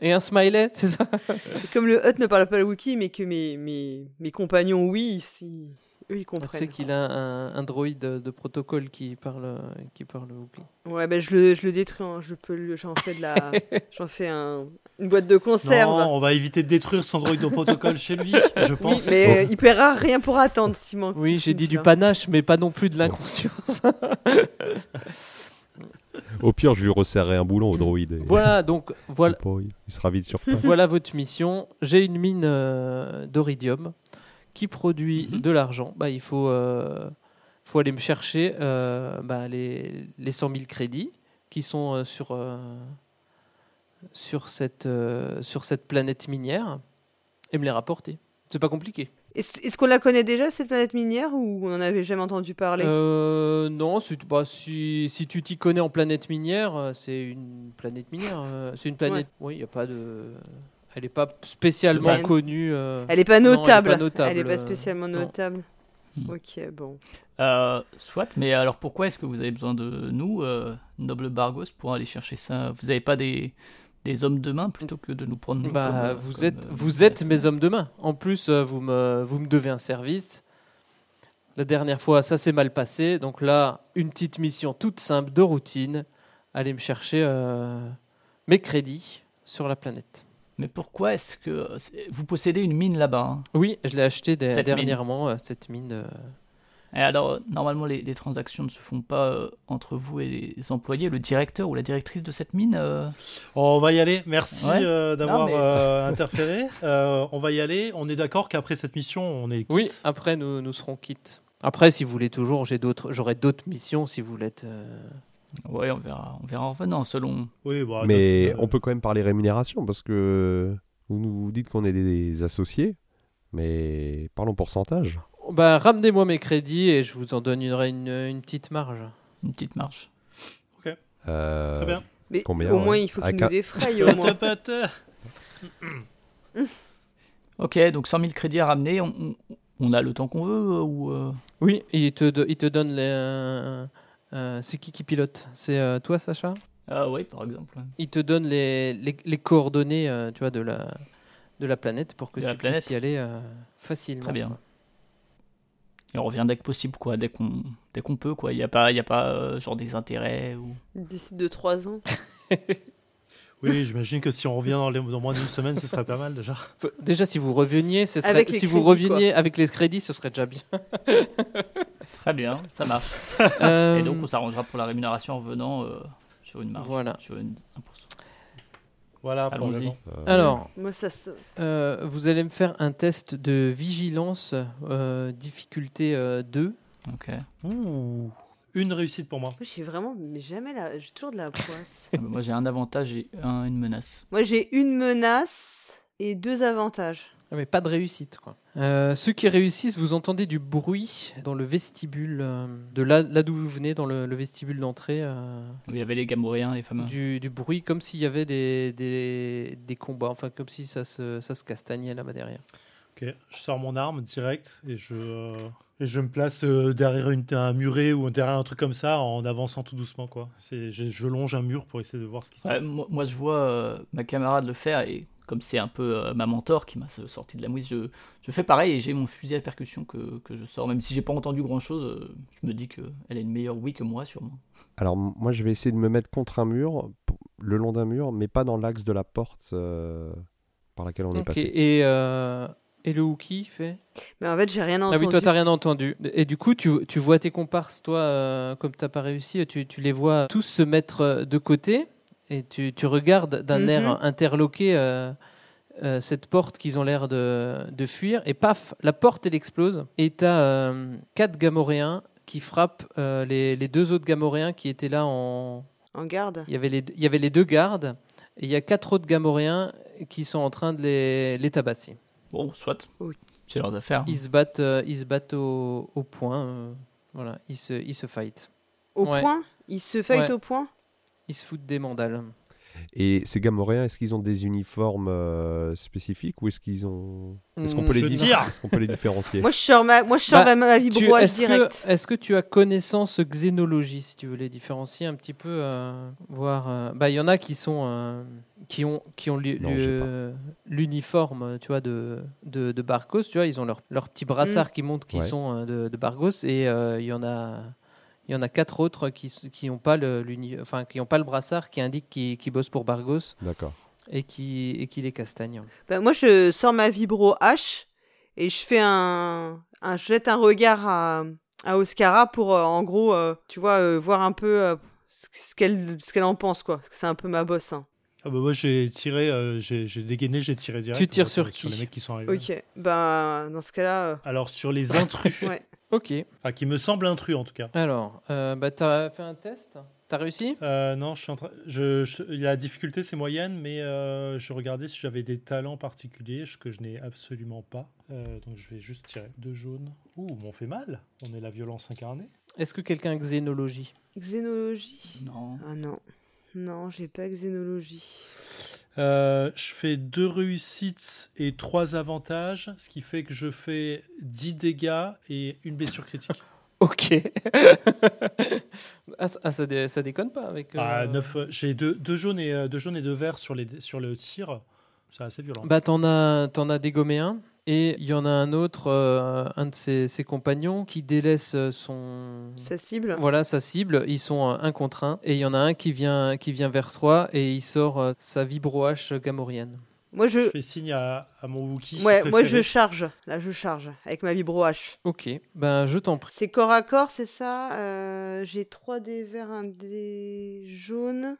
Et un smiley, c'est ça
Et Comme le Hut ne parle pas le Wookie, mais que mes, mes, mes compagnons, oui, ici, eux, ils
Ah, Bah, Tu sais
comprennent.
qu'il a un, un droïde de protocole qui parle, euh, qui parle Wookiee.
Ouais, ben je le, je le détruis, hein, je peux, le- j'en fais de la, j'en fais un, une boîte de conserve.
Non, on va éviter de détruire son droïde au protocole chez lui, je
Oui,
pense.
mais euh, il paiera rien pour attendre, Simon.
Oui, j'ai dit
dit du
du
Voilà.
panache, mais pas non plus de l'inconscience.
Au pire, je lui resserrerai un boulon au droïde. et-
voilà, donc voilà,
Il sera vite sur place.
voilà votre mission. J'ai une mine euh, d'oridium qui produit
Mhm.
de l'argent. Bah, il faut, euh, faut aller me chercher euh, bah, les, les 100 000 crédits qui sont euh, sur, euh, sur, cette, euh, sur cette planète minière et me les rapporter. C'est pas compliqué.
hein. Est-ce est-ce qu'on la connaît déjà, cette planète minière, ou on n'en avait jamais entendu parler
Euh, non, si, bah, si, si tu t'y connais en planète minière, euh, c'est une planète minière. euh, c'est une planète. Oui, il y a pas de. Elle n'est pas spécialement
Bah,
connue. euh,
Elle est pas
non, elle est pas
notable.
notable,
Elle est pas
euh,
spécialement
non.
notable.
Hmm.
Ok, bon.
Euh, soit, mais alors pourquoi est-ce que vous avez besoin de nous, euh, noble Bargos, pour aller chercher ça Vous n'avez pas des, des hommes de main plutôt que de nous prendre nous
bah,
comme, euh,
vous
comme,
êtes,
euh,
vous êtes
personne
mes hommes de main. En plus, euh, vous me, vous me devez un service. La dernière fois, ça s'est mal passé. Donc là, une petite mission toute simple de routine. Allez me chercher euh, mes crédits sur la planète.
Mais pourquoi est-ce que euh, c'est- vous possédez une mine là-bas hein
Oui, je l'ai acheté des-
Cette mine.
dernièrement, euh, cette mine. euh,
Et alors, euh, normalement, les, les transactions ne se font pas euh, entre vous et les employés. Le directeur ou la directrice de cette mine euh,
Oh, on va y aller, merci
Ouais.
euh, d'avoir
Non, mais-
euh, interféré. Euh, on va y aller, on est d'accord qu'après cette mission, on est quitte.
Oui, après nous, nous serons quittes. Après, si vous voulez toujours, j'ai d'autres, j'aurai d'autres missions si vous l'êtes. euh.
Ouais, on verra, on verra en revenant, selon.
Oui, bah,
Mais
donc, euh,
on peut quand même parler rémunération parce que Vous nous dites qu'on est des associés, mais parlons pourcentage.
Bah, ramenez-moi mes crédits et je vous en donnerai une, une petite marge.
Une petite marche.
Euh,
Très bien.
Mais
Combien,
au
ouais
moins, il faut
À
qu'il
quin-
nous défraye, au moins.
Pote, pote.
Ok, donc 100 000 crédits à ramener. On, on- on a le temps qu'on veut euh, ou euh,
Oui, il te, do- il te donne les. euh, euh, c'est qui qui pilote C'est euh, toi, Sacha
Ah ouais, par exemple. ouais.
Il te donne les, les, les coordonnées euh, tu vois, de, la, de la planète pour que
De
tu
la planète.
puisses y aller euh, facilement.
Très bien. Et on revient dès que possible, quoi. Dès qu'on dès qu'on peut, quoi. Il n'y a pas, il y a pas euh, genre des intérêts ou.
D'ici 2-3 ans.
Oui, j'imagine que si on revient dans, les- dans moins d'une semaine, ce serait pas mal déjà.
Faut- Déjà, si vous reveniez, ce serait-
Avec
si
les
vous
crédits,
reveniez avec les crédits, ce serait déjà bien.
Très bien, ça marche.
Euh,
Et donc on s'arrangera pour la rémunération en revenant euh, sur une marge.
Voilà.
Sur une 1%.
Voilà,
Allons-y.
probablement.
euh,
alors,
Moi, ça se...
euh, vous allez me faire un test de vigilance, euh, difficulté euh, 2.
Ok. Ah
Ouh, une réussite pour moi.
Moi, j'ai vraiment... Mais jamais la... J'ai toujours de la poisse.
bah, moi j'ai un avantage et un- une menace.
Moi, j'ai une menace et deux avantages.
Ah, Mais pas de réussite, quoi. Euh, ceux qui réussissent, vous entendez du bruit dans le vestibule, euh, de là, là d'où vous venez, dans le, le vestibule d'entrée, euh,
Il y avait les gamoréens, les fameux.
du, du bruit comme s'il y avait des, des, des combats, enfin comme si ça se, ça se castagnait là-bas derrière.
Ok, je sors mon arme direct et je, euh, et je me place euh, derrière une, un muret ou derrière un truc comme ça en avançant tout doucement. quoi. C'est- Je, je longe un mur pour essayer de voir ce qui se
Ouais,
passe.
moi, moi, je vois euh, ma camarade le faire et comme c'est un peu euh, ma mentor qui m'a sorti de la mouise, je, je fais pareil et j'ai mon fusil à percussion que, que je sors. Même si j'ai pas entendu grand chose, je me dis qu'elle a une meilleure oui que moi sûrement.
Alors m- moi je vais essayer de me mettre contre un mur, p- le long d'un mur, mais pas dans l'axe de la porte euh, par laquelle on est
Ok,
passé.
Et, euh, et le Wookie fait
Mais en fait, j'ai rien
Ah
entendu.
oui, toi, t'as rien entendu. Et du coup, tu, tu vois tes comparses, toi, euh, comme t'as pas réussi, tu, tu les vois tous se mettre euh, de côté et tu, tu regardes d'un
Mhm.
air interloqué euh, euh, cette porte qu'ils ont l'air de, de fuir. Et paf, la porte, elle explose. Et t'as euh, quatre gamoréens qui frappent euh, les, les deux autres gamoréens qui étaient là en.
En garde.
Il y avait les, il y avait les deux gardes et il y a quatre autres gamoréens qui sont en train de les, les tabasser.
Bon, soit.
Ok.
C'est leurs affaires. hein.
Ils se battent, euh, ils se battent au, au point. euh, voilà, ils se, ils se fight.
Au
Ouais.
point Il se fight
Ouais.
au point
Ils se foutent des mandales.
Et ces gamoréens, est-ce qu'ils ont des uniformes euh, spécifiques ou est-ce qu'ils ont... Est-ce qu'on
Hmm,
peut, les
je
dif-
tire
est-ce qu'on peut les différencier
Moi, je sors ma, moi, je sors
Bah,
ma, ma
tu-
vibroise
Est-ce
direct.
que, est-ce que tu as connaissance xénologie, si tu veux les différencier un petit peu, euh, voir. euh, bah, il y en a qui sont, euh, qui ont, qui ont lu-
Non,
lu-
j'ai pas.
euh, l'uniforme, tu vois, de, de, de Barcos. Tu vois, ils ont leur, leur petit brassard qui montre qu'ils
Ouais.
sont euh, de, de Barcos, et euh, il y en a. Il y en a quatre autres qui s- qui n'ont pas, le- l'uni- enfin, qui ont pas le brassard qui indique qu'ils qu'ils bossent pour Bargos.
D'accord.
et qui, et qui les castagne.
Bah, moi, je sors ma vibro H et je fais un, un je jette un regard à, à Oscara pour, euh, en gros, euh, tu vois, euh, voir un peu euh, ce ce qu'elle ce qu'elle en pense, quoi. Parce que c'est un peu ma bosse. hein.
Ah bah moi j'ai tiré, euh, j'ai j'ai dégainé, j'ai tiré direct.
Tu tires
euh,
sur
Sur
qui
les mecs qui sont arrivés.
Ok. Bah, dans ce cas-là, euh,
Alors sur les intrus,
ouais.
Ok.
enfin qui me semblent intrus en tout cas.
Alors, euh, bah, t'as fait un test T'as réussi
Euh, non, je suis en train. Je, je- la difficulté c'est moyenne, mais euh, je regardais si j'avais des talents particuliers, ce que je n'ai absolument pas. Euh, donc je vais juste tirer deux jaunes. Ouh, mais on fait mal. On est la violence incarnée.
Est-ce que quelqu'un a xénologie
Xénologie
Non.
Ah non. Non, j'ai pas xénologie.
Euh, je fais deux réussites et trois avantages, ce qui fait que je fais 10 dégâts et une blessure critique.
Ok. ah, ça- ah, ça, dé- ça déconne pas avec. euh,
Ah, neuf, euh, j'ai deux, deux jaunes et euh, deux jaunes et deux verts sur les dé- sur le tir. C'est assez violent.
Bah, t'en as, t'en as dégommé un. Et il y en a un autre, euh, un de ses, ses compagnons, qui délaisse euh, son.
Sa cible
Voilà sa cible, ils sont euh, un contre un, et il y en a un qui vient, qui vient vers toi et il sort euh, sa vibroache gamorienne.
Moi,
je...
je.
fais signe à, à mon Wookie.
Ouais, moi je charge. Là, je charge avec ma vibro H.
Ok, ben je t'en prie.
C'est corps à corps, c'est ça Euh, J'ai 3 dés verts, un dé jaune.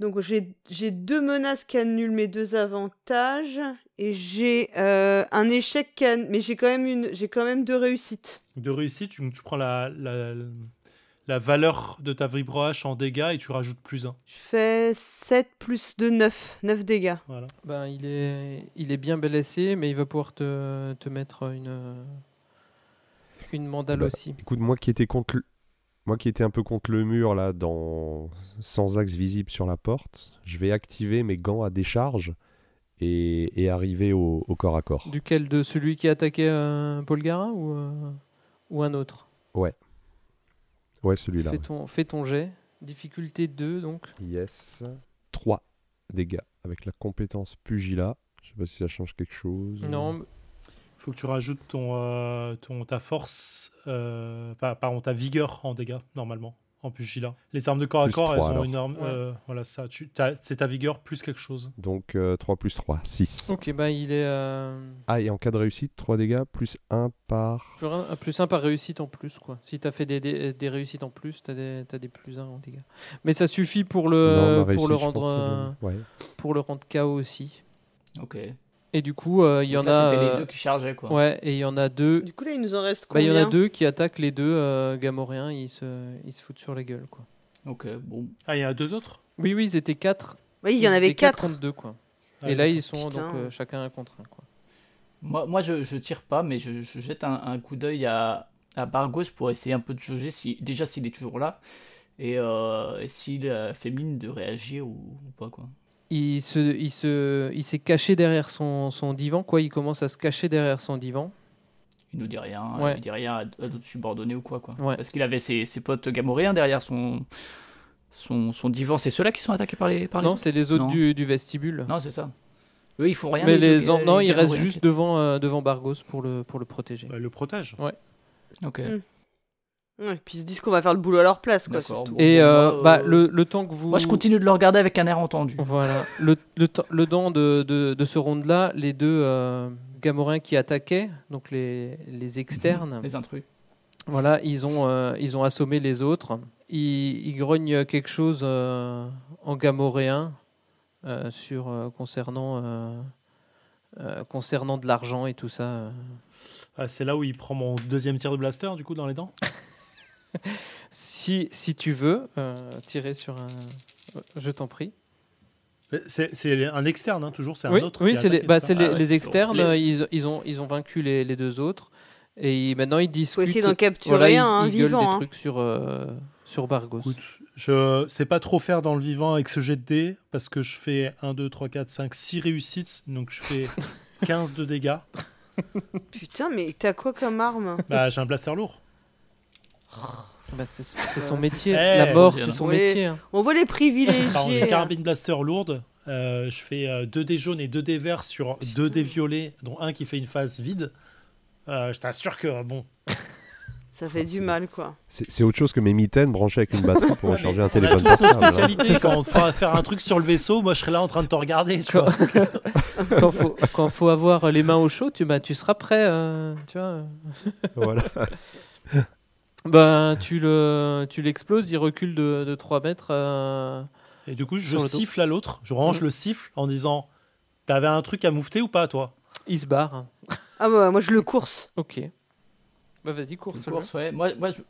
Donc j'ai j'ai deux menaces qui annulent mes deux avantages et j'ai euh, un échec qui ann- mais j'ai quand même une j'ai quand même deux réussites.
De réussite, tu, tu prends la, la, la, la valeur de ta vibroache en dégâts et tu rajoutes plus 1.
Je fais 7 plus 2, 9. 9 dégâts.
Voilà.
Ben, il, est, il est bien blessé, mais il va pouvoir te, te mettre une, une mandale
Bah,
aussi.
Écoute, moi qui étais contre le- moi qui étais un peu contre le mur là, dans sans axe visible sur la porte, je vais activer mes gants à décharge et, et arriver au, au corps à corps.
Duquel De celui qui attaquait attaqué Paul Gara ou, euh, ou un autre
Ouais, celui-là.
fais, ton, fais ton jet. Difficulté 2, donc.
ouais. Yes. 3 dégâts avec la compétence pugila. Je sais pas si ça change quelque chose.
Non,
Faut que tu rajoutes ton, euh, ton ta force, euh, pa- pardon, ta vigueur en dégâts normalement en pugilat. Les armes de corps à
Plus
corps, elles
trois,
ont
alors.
une arme.
Ouais.
euh, voilà ça. Tu, t'as- c'est ta vigueur plus quelque chose.
Donc 3 plus 3, 6.
Ok, bah il est euh,
Ah, et en cas de réussite, 3 dégâts plus 1 par.
plus, un, plus un par réussite en plus, quoi. Si t'as fait des, des, des réussites en plus, t'as des, t'as des plus un en dégâts. Mais ça suffit pour le,
Non, ma
Euh, pour le
réussite, je
rendre
pense,
euh,
elle est- ouais.
pour le rendre KO aussi.
Ok.
Et du coup, euh, il y
Donc
en
là,
a
C'était
euh,
les deux qui chargeaient, quoi.
ouais, et il y en a deux.
Du coup, là, il nous en reste
Bah, il
combien
y en a deux qui attaquent les deux euh, gamoréens, ils se ils se foutent sur la gueule, quoi.
Ok, bon.
Ah, il y en a deux autres.
Oui, oui, ils étaient quatre.
Oui, il y en avait
étaient quatre
4.
contre deux, quoi.
Ah,
et là, ils sont
Putain.
donc euh, chacun un contre un, quoi.
Moi, moi je, je tire pas, mais je, je jette un, un coup d'œil à, à Bargos pour essayer un peu de jauger si, déjà s'il est toujours là et, euh, et s'il a fait mine de réagir ou, ou pas. Quoi.
il se, il se, il s'est caché derrière son, son divan, quoi. Il commence à se cacher derrière son divan.
Il nous dit rien,
Ouais.
il dit rien à, à d'autres subordonnés ou quoi. quoi.
Ouais.
Parce qu'il avait ses, ses potes gamoréens derrière son, son, son divan. C'est ceux-là qui sont attaqués par les. Par les
non,
autres
c'est les autres
Non.
du, du vestibule.
non, c'est ça. Eux, ils font rien.
Mais
les-
les, en- non, ils restent
Gamoréens,
juste devant, euh, devant Bargos pour le, pour le protéger.
Bah, ils le protègent.
Ok.
Ouais, et puis ils se disent qu'on va faire le boulot à leur place, quoi.
D'accord,
surtout.
bon.
Et
Bon,
euh,
moi,
bah,
euh,
le, le temps que vous.
Moi, je continue de le regarder avec un air entendu.
Voilà. Le, le, temps- le temps de, de, de ce round-là, les deux euh, Gamoréens qui attaquaient, donc les, les externes,
Les intrus.
voilà, ils ont, euh, ils ont assommé les autres. Ils, ils grognent quelque chose euh, en gamoréen euh, sur, euh, concernant, euh, euh, concernant de l'argent et tout ça. euh.
Ah, c'est là où il prend mon deuxième tir de blaster du coup dans les dents.
Si, si tu veux, euh, tirer sur un. Je t'en prie.
Euh, C'est, c'est un externe hein, toujours. C'est un
oui,
autre.
oui
qui
c'est les,
attaque,
bah,
ça.
c'est les,
Ah ouais,
les
c'est
externes.
horrible.
euh, Ils, ils ont, ils ont vaincu les, les deux autres. Et ils- maintenant, ils
Faut
discutent.
essayer d'en capturer
voilà, ils,
un, hein,
ils gueulent
vivant.
des
hein.
trucs sur, euh, sur Bargos.
Écoute, je sais pas trop faire dans le vivant avec ce jet de dés parce que je fais 1, 2, 3, 4, 5, 6 réussites. Donc je fais 15 de dégâts.
Putain, mais t'as quoi comme arme
Bah, j'ai un blaster lourd.
Bah, c'est c'est son métier.
Eh,
La mort,
Rosie,
c'est son
oui.
métier. hein.
On voit les
Pardon,
privilégiés.
une carabine blaster lourde. Euh, je fais 2 dés jaunes et 2 dés verts sur 2 dés violets, dont un qui fait une phase vide. Euh, je t'assure que bon.
Ça fait du mal, quoi.
C'est c'est autre chose que mes mitaines branchées avec une batterie pour recharger un
On a
téléphone
tous nos
portable. hein.
spécialités. Quand on fera faire un truc sur le vaisseau, moi je serai là en train de te regarder. Tu vois.
quand faut, quand faut avoir les mains au chaud, tu, bah, tu seras prêt, euh, tu vois.
Voilà.
Ben, tu le, tu l'exploses, il recule de, de 3 mètres. euh,
Et du coup, je
Sur le dos.
siffle à l'autre. Je range
Mhm.
le siffle en disant T'avais un truc à moufter ou pas, toi
il se barre.
Ah bah, moi, je le course.
Ok. Bah vas-y, cours.
Une
Solon.
course, ouais. Moi, moi, je-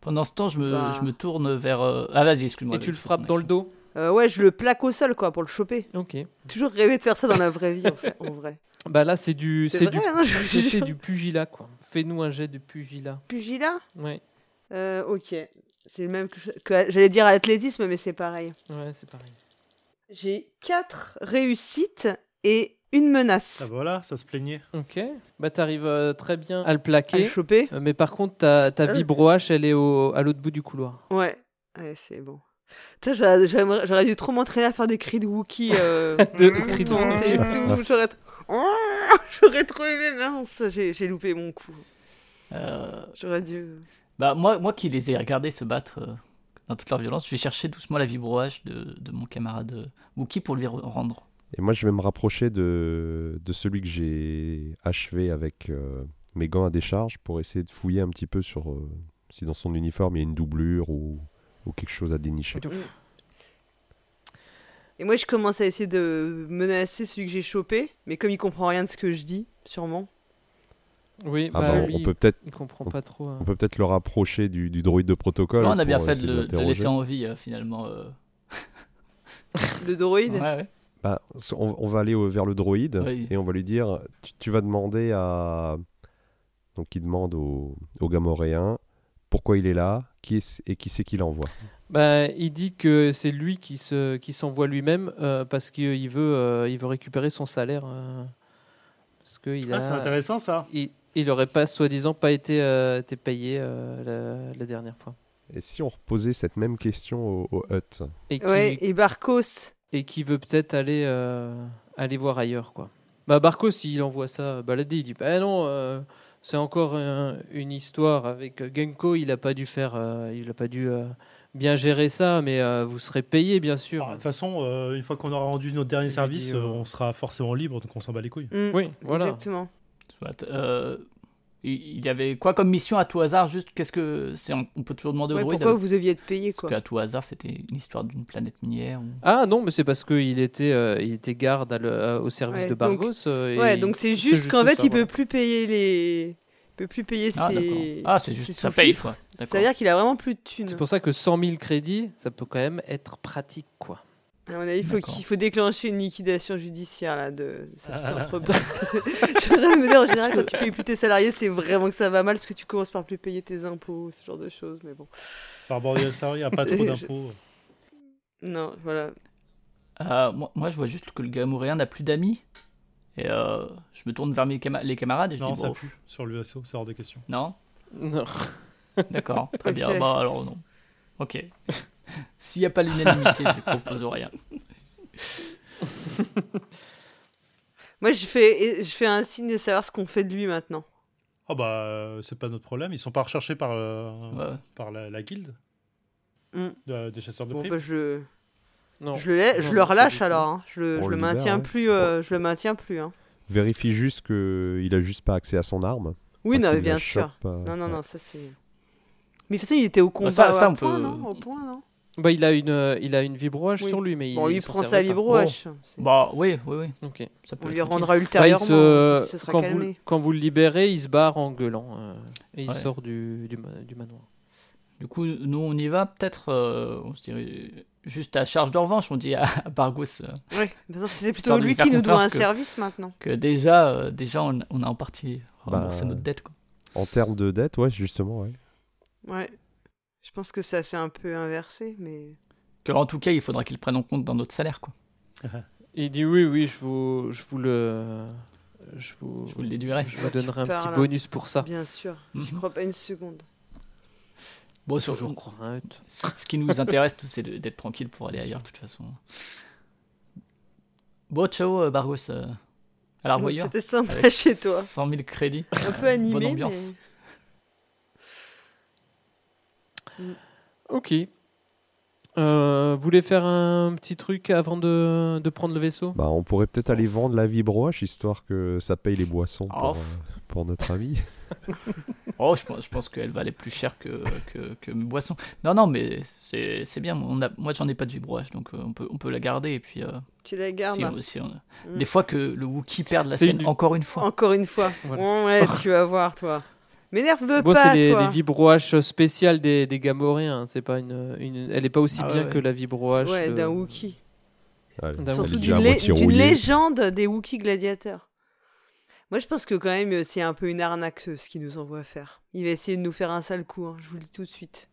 pendant ce temps, je me,
Bah.
je me tourne vers. euh, Ah, vas-y, excuse-moi.
Et tu
vas-y,
le frappes
mec.
dans le dos.
Euh, ouais, je le plaque au sol, quoi, pour le choper.
Ok.
Toujours rêvé de faire ça dans la vraie vie, en, fait, en vrai.
Bah là, c'est du,
C'est
c'est du,
vrai, hein, je vous
c'est- c'est
jure.
du pugilat quoi. Fais-nous un jet de pugilat.
Pugilat
Ouais,
Euh, ok. C'est le même que, je- que j'allais dire athlétisme, mais c'est pareil.
ouais, c'est pareil.
J'ai 4 réussites et une menace.
Ah, Voilà, ça se plaignait.
Ok. Bah t'arrives euh, très bien à le
À le
plaquer.
choper
Euh, Mais par contre, ta, ta
Euh.
vibroache, elle est au, à l'autre bout du couloir.
Ouais. Ouais, c'est bon. Putain, j'a- j'aimerais- j'aurais dû trop m'entraîner à faire des cris de Wookie. Euh,
De cris de
contentes et tout. J'aurais tr- j'aurais trop aimé, mince, j'ai j'ai loupé mon coup.
Euh,
J'aurais dû.
bah, moi, moi qui les ai regardés se battre euh, dans toute leur violence, je vais chercher doucement la vibroage de, de mon camarade euh, Wookie pour lui re- rendre.
Et moi, je vais me rapprocher de, de celui que j'ai achevé avec euh, mes gants à décharge pour essayer de fouiller un petit peu sur euh, si dans son uniforme il y a une doublure ou, ou quelque chose à dénicher.
Mmh.
Et moi, je commence à essayer de menacer celui que j'ai chopé, mais comme il comprend rien de ce que je dis, sûrement,
Oui,
Ah
bah,
bah, on-
lui,
on peut peut-être
il comprend pas trop. hein.
on peut peut-être le rapprocher du, du droïde de protocole.
on a bien
pour
fait
essayer
de le de le laisser
l'interroger.
en vie euh, finalement. euh.
Le droïde.
Ouais, ouais.
Bah, on, on va aller au- vers le droïde
Oui.
et on va lui dire tu, tu vas demander à. Donc, il demande au, au gamoréen pourquoi il est là qui est, et qui c'est qui l'envoie.
Bah, il dit que c'est lui qui se qui s'envoie lui-même euh, parce qu'il veut euh, il veut récupérer son salaire euh, parce que il
Ah, c'est
a
intéressant ça.
il, il aurait pas soi-disant pas été, euh, été payé euh, la, la dernière fois
Et si on reposait cette même question au, au Hut
et qui
Ouais, et Barcos.
et qui veut peut-être aller euh, aller voir ailleurs quoi. Bah Barco s'il envoie ça balader, il dit bah non euh, c'est encore un- une histoire avec euh, Genko, il a pas dû faire euh, il a pas dû euh, bien gérer ça mais euh, vous serez payé bien
Bon,
sûr.
De toute façon, euh, une fois qu'on aura rendu notre dernier
Il
service,
dit, euh,
euh, on sera forcément libre, donc on s'en bat les couilles.
Mm,
Oui, voilà.
Exactement.
Soit, euh, il il y avait quoi comme mission à tout hasard Juste, qu'est-ce que c'est On on peut toujours demander
Ouais,
au droïde.
pourquoi
euh,
vous deviez être payé,
Parce
quoi
qu'à tout hasard, c'était une histoire d'une planète minière. ou-
Ah non, mais c'est parce qu'il était, euh, il était garde à le- à- au service
Ouais,
de
donc-
Bargos. euh, et
Ouais,
il-
donc c'est juste qu'en
ça,
fait, il
voilà.
peut plus payer les. il peut plus payer
Ah, d'accord.
ses.
Ah, c'est juste
ses
ça paye,
sous-fifres.
quoi. D'accord.
C'est-à-dire qu'il a vraiment plus de thunes.
C'est pour ça que 100 000 crédits, ça peut quand même être pratique, quoi.
À mon avis, faut
D'accord.
qu'il faut déclencher une liquidation judiciaire là, de de sa
Ah.
petite entreprise. Je voudrais me dire, en général, quand tu payes plus tes salariés, c'est vraiment que ça va mal parce que tu commences par plus payer tes impôts, ce genre de choses. Mais bon,
C'est un bordel ça, il n'y a pas
C'est-
trop
je-
d'impôts.
non, voilà.
Euh, moi, moi, je vois juste que le gamouréen n'a plus d'amis. Et euh, je me tourne vers mes cama- les camarades et je
Non,
dis
ça
bon,
pue sur l'USO, c'est hors de question.
non,
Non.
d'accord, très bien.
Ok.
Bah alors non. Ok. S'il n'y a pas l'unanimité, je propose rien.
Moi, je fais, et je fais un signe de savoir ce qu'on fait de lui maintenant.
Oh bah, euh, c'est pas notre problème, ils sont pas recherchés par, euh,
Ouais.
par la, la guilde
Mm.
de- des chasseurs de
Bon,
primes.
bah, je,
Non.
je le, la-
Non, non,
je le
pas du
relâche
tout.
alors. hein. Je, le,
On
je
le
le
libère,
maintiens
ouais.
plus. euh, je le maintiens plus. hein.
Vérifie juste qu'il a juste pas accès à son arme.
Oui,
Pas
non,
qu'il
mais
la
bien
chope,
sûr.
euh,
Non, non,
ouais.
non, ça c'est. Mais de toute façon, il était au combat.
ça- ça,
au
on
point,
peut-
non Au point, non
Bah, il a une, euh, il a une vibroage
Oui.
sur lui, mais
Bon,
il,
lui
s'en
prend
servait
sa
pas.
vibroche. C'est-
Bah oui, oui, oui.
Ok.
Ça peut
On
être
lui
utile.
rendra
Bah, il
ultérieurement.
se-
euh,
il se sera
quand,
calmé.
vous, quand vous le libérez, il se barre en gueulant. euh, et il
Ouais.
sort du, du, ma- du manoir.
Du coup, nous, on y va peut-être. euh, on se dirait juste à charge de revanche. On dit à, à Bargos euh,
Ouais, maintenant, c'est
Histoire
plutôt
de lui
lui
faire
qui nous doit
confiance
un
que-
service maintenant.
que déjà, euh, déjà, on, on a en partie remboursé
Bah,
notre dette. Quoi.
En termes de dette, ouais, justement, ouais.
Ouais. Je pense que ça s'est un peu inversé, mais.
Que, en tout cas, il faudra qu'il prenne en compte dans notre salaire, quoi.
Il dit oui, oui, je vous, je vous le. Je vous,
Je vous le déduirai.
je vous donnerai un
pars,
petit
là.
bonus pour ça.
Bien sûr. J'y
Mhm.
crois pas une seconde.
Bon, sur,
Toujours croire à un hut.
ce ce qui nous intéresse, tout, c'est de- d'être tranquille pour aller ailleurs, de toute façon. Bon, ciao, euh, Bargos. euh, à la revoyure.
C'était sympa
Avec
chez toi.
100 000 crédits.
Un peu animé.
ambiance.
mais-
Ok. Euh, vous voulez faire un petit truc avant de, de prendre le vaisseau
Bah, on pourrait peut-être aller vendre la vibroche histoire que ça paye les boissons
Oh.
pour, euh, pour notre ami.
Oh, je pense, je pense qu'elle valait plus cher que, que, que mes boissons. Non, non, mais c'est c'est bien. On a, moi, j'en ai pas de vibroage, donc euh, on peut, on peut la garder. Et puis, euh,
Tu la gardes.
si
hein.
on- si on-
Mm.
des fois que le Wookie perd la
C'est
scène,
une-
encore une fois.
Encore une fois.
Voilà.
Bon, ouais, tu vas voir, toi. M'énerve
Bon, c'est
pas,
les,
toi.
les vibroaches spéciales des, des Gamoréens. hein. C'est pas une, une- elle est pas aussi
Ah ouais,
bien
ouais.
que la vibroache.
ouais,
de-
d'un
euh,
Wookie.
Ouais,
Surtout
elle est
Surtout
déjà
d'une,
à
lé-
moitié
d'une
rouillée.
légende des Wookiees gladiateurs. Moi, je pense que quand même, euh, c'est un peu une arnaque ce ce qu'il nous envoie faire. Il va essayer de nous faire un sale coup, hein, je vous le dis tout de suite.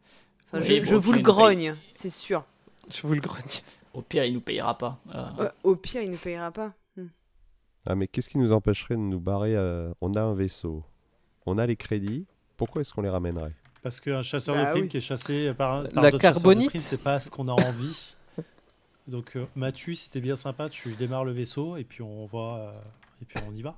Enfin,
Oui,
je,
bon,
je vous
tu
le
nous
grogne, c'est sûr.
Je vous le grenier.
Au pire, il nous payera pas. Euh,
Euh, au pire, il ne payera pas. Hmm.
Ah, mais qu'est-ce qui nous empêcherait de nous barrer euh, On a un vaisseau, on a les crédits, pourquoi est-ce qu'on les ramènerait
Parce qu'un chasseur
Bah
de primes
oui.
qui est chassé par, un-
La
par d'autres chasseurs de
carbonite.
primes, c'est pas ce qu'on a envie. Donc euh, Mathieu, c'était bien sympa, tu démarres le vaisseau et puis on voit euh, et puis on y va.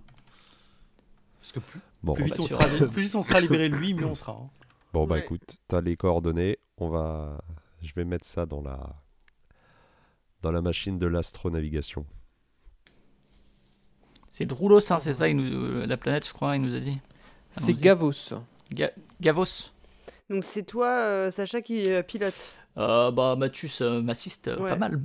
Parce que plus,
Bon,
plus
bah,
vite on
sûr.
sera, li- plus vite on sera libéré de lui, mieux on sera. hein.
bon, bah
Ouais.
écoute, t'as les coordonnées, on va... Je vais mettre ça dans la... Dans la machine de l'astronavigation.
c'est Droulos, hein, c'est ça, il nous, la planète, je crois, il nous a dit.
C'est
Allons-y.
Gavos.
Ga- Gavos
Donc c'est toi, euh, Sacha, qui euh, pilote.
Euh, bah, Mathus euh, m'assiste euh,
Ouais.
pas mal.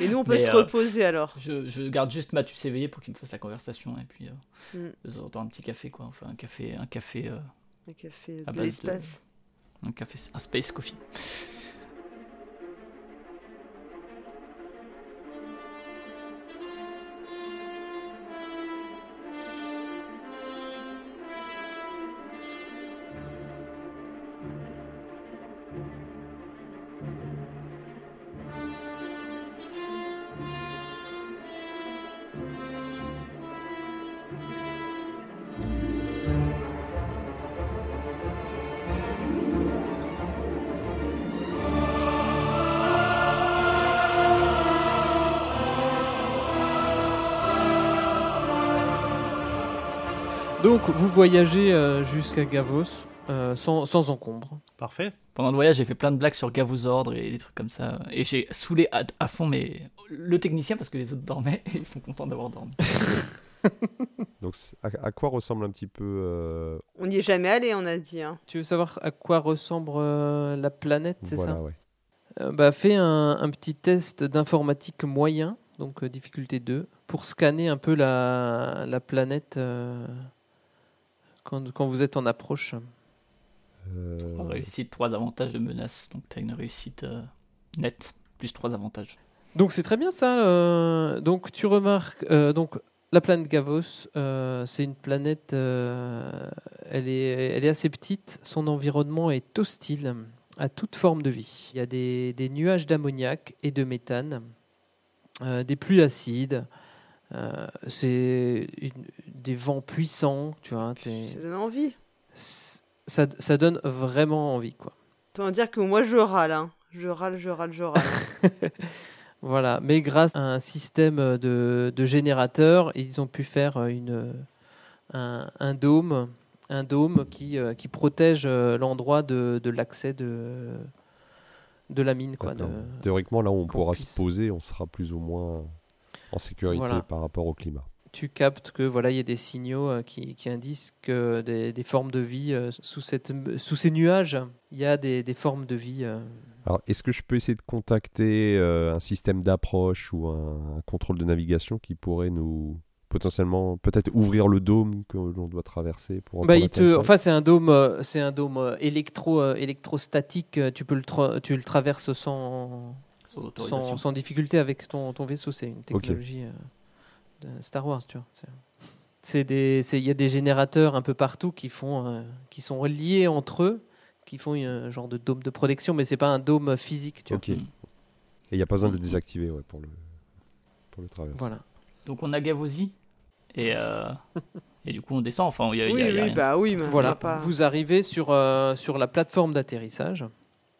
Et nous, on peut
Mais,
se
euh,
reposer alors.
je, je garde juste Mathus éveillé pour qu'il me fasse la conversation et puis euh,
Mm.
de temps en temps, un petit café quoi. Enfin un café, un café, euh,
Un café
à
de
base de-
l'espace.
un café, un space coffee.
Donc, vous voyagez euh, jusqu'à Gavos euh, sans, sans encombre.
Parfait.
Pendant le voyage, j'ai fait plein de blagues sur Gavos Ordre et des trucs comme ça. Et j'ai saoulé à, à fond mais le technicien parce que les autres dormaient et ils sont contents d'avoir dormi.
Donc, c'est- à, à quoi ressemble un petit peu euh,
On n'y est jamais allé, on a dit. hein.
Tu veux savoir à quoi ressemble euh, la planète, c'est
voilà,
ça
ouais.
Euh, bah, Fais un, un petit test d'informatique moyen, donc euh, difficulté 2, pour scanner un peu la, la planète euh, quand, quand vous êtes en approche.
Euh,
Trois réussites, trois avantages de menace. Donc t'as une réussite euh, nette plus trois avantages.
Donc c'est très bien ça. euh, donc tu remarques, euh, donc la planète Gavos, euh, c'est une planète, euh, elle, est, elle est assez petite, son environnement est hostile à toute forme de vie. Il y a des, des nuages d'ammoniac et de méthane, euh, des pluies acides, euh, c'est une- des vents puissants, tu vois. t'es-
Ça donne envie.
c'est- Ça, ça donne vraiment envie, quoi.
Autant dire que moi, je râle. hein. Je râle, je râle, je râle.
Voilà, mais grâce à un système de, de générateurs, ils ont pu faire une, un, un dôme, un dôme qui, euh, qui protège euh, l'endroit de, de l'accès de, de la mine. Quoi, de-
D'accord. Théoriquement, là, on
qu'on
pourra
puisse-
se poser, on sera plus ou moins en sécurité
Voilà.
par rapport au climat.
tu captes que voilà, il y a des signaux euh, qui, qui indiquent que des, des formes de vie euh, sous, cette, sous ces nuages, il y a des, des formes de vie. euh,
Alors, est-ce que je peux essayer de contacter euh, un système d'approche ou un, un contrôle de navigation qui pourrait nous potentiellement peut-être ouvrir le dôme que l'on doit traverser pour
Bah,
pour
il te-
atteindre ça
enfin, c'est un dôme, euh, c'est un dôme euh, électro, euh, électrostatique. euh, Tu peux le, tra- tu le traverses sans,
Sans autorisation.
sans, sans difficulté avec ton, ton vaisseau. C'est une technologie euh, de Star Wars, tu vois. C'est- C'est des, c'est- il y a des générateurs un peu partout qui font, euh, qui sont reliés entre eux, qui font euh, un genre de dôme de protection, mais c'est pas un dôme physique, tu vois.
Ok. Et il n'y a pas besoin de le désactiver ouais, pour le pour le traverser.
Mm. Voilà.
Donc on a Gavosi et euh, et du coup on descend. Enfin il y a, il y
oui,
a- il y a
oui,
rien.
bah oui, mais on
Voilà.
va pas-
Vous arrivez sur euh, sur la plateforme d'atterrissage.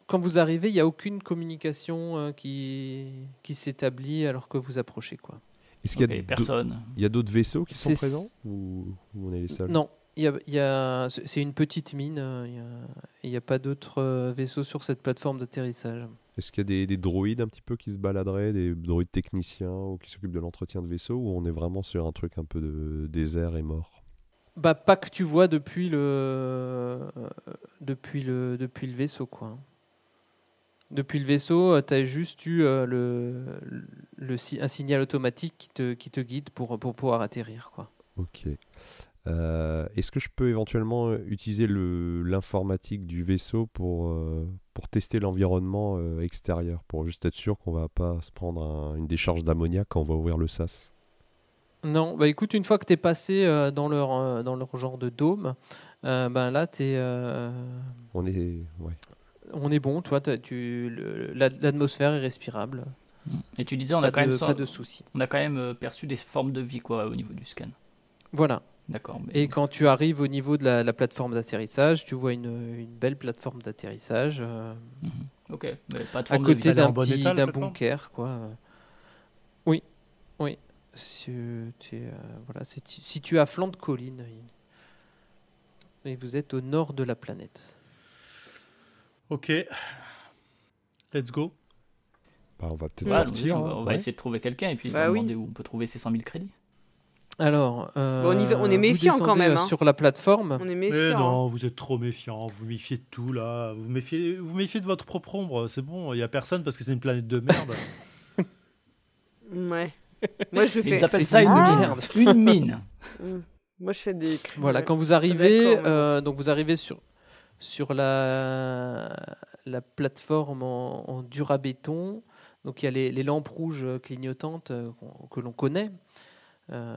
Quand vous arrivez, il n'y a aucune communication euh, qui, qui s'établit alors que vous approchez. Quoi.
Est-ce
Donc,
qu'il
il y
y
a
a d'au-
personne.
il y a d'autres vaisseaux qui sont
C'est-
présents ou, ou on est les seuls
Non, il y a- il y a- c'est c'est une petite mine. euh, Il n'y a, il y a pas d'autres euh, vaisseaux sur cette plateforme d'atterrissage.
Est-ce qu'il y a des, des droïdes un petit peu qui se baladeraient, des droïdes techniciens ou qui s'occupent de l'entretien de vaisseaux ou on est vraiment sur un truc un peu de désert et mort
Bah, pas que tu vois depuis le, euh, depuis le, depuis le vaisseau, quoi. Depuis le vaisseau, tu as juste eu euh, le, le si- un signal automatique qui te, qui te guide pour, pour pouvoir atterrir, quoi.
Ok. Euh, Est-ce que je peux éventuellement euh, utiliser le- l'informatique du vaisseau pour, euh, pour tester l'environnement euh, extérieur, pour juste être sûr qu'on va pas se prendre un- une décharge d'ammoniac quand on va ouvrir le sas
Non, bah écoute, une fois que tu es passé euh, dans, leur, euh, dans leur genre de dôme, euh, ben là, euh, tu es.
On est... Ouais.
on est bon, toi, t'as- tu, le- la- l'atmosphère est respirable.
Et tu disais on
pas,
a quand
de,
même
pas de soucis.
on a quand même euh, perçu des formes de vie quoi au niveau du scan.
Voilà.
D'accord. mais-
Et quand tu arrives au niveau de la, la plateforme d'atterrissage, tu vois une, une belle plateforme d'atterrissage euh,
Ok. mais pas de
à
forme de
côté
vie.
elle est en
d'un
bon
petit
état, la
d'un
plateforme
bunker, quoi. Oui, oui. Si euh, tu es, euh, voilà, c'est si- situé à flanc de colline. Et vous êtes au nord de la planète.
Ok. Let's go.
Bah, on va peut-être
Ouais, allons-y,
sortir.
on va,
hein,
on va
ouais.
essayer de trouver quelqu'un et puis on
Bah
va
oui.
demander où on peut trouver ces 100 000 crédits.
Alors, euh,
on y va- on est
vous
méfiant quand
descendez,
même,
euh,
hein.
Sur la plateforme,
On est
Mais
méfiant.
non, vous êtes trop méfiant, vous méfiez de tout là, vous méfiez, vous méfiez de votre propre ombre, c'est bon, il n'y a personne parce que c'est une planète de merde.
hein. Ouais. Moi je
Ils
fais. Ah.
C'est
appellent ça une
une
mine.
merde.
Une mine.
Mm. Moi je fais des. crimes.
voilà, quand vous arrivez,
D'accord, ouais.
euh, donc vous arrivez sur sur la la plateforme en, en durabéton. Donc il y a les, les lampes rouges clignotantes euh, qu'on- que l'on connaît. Euh,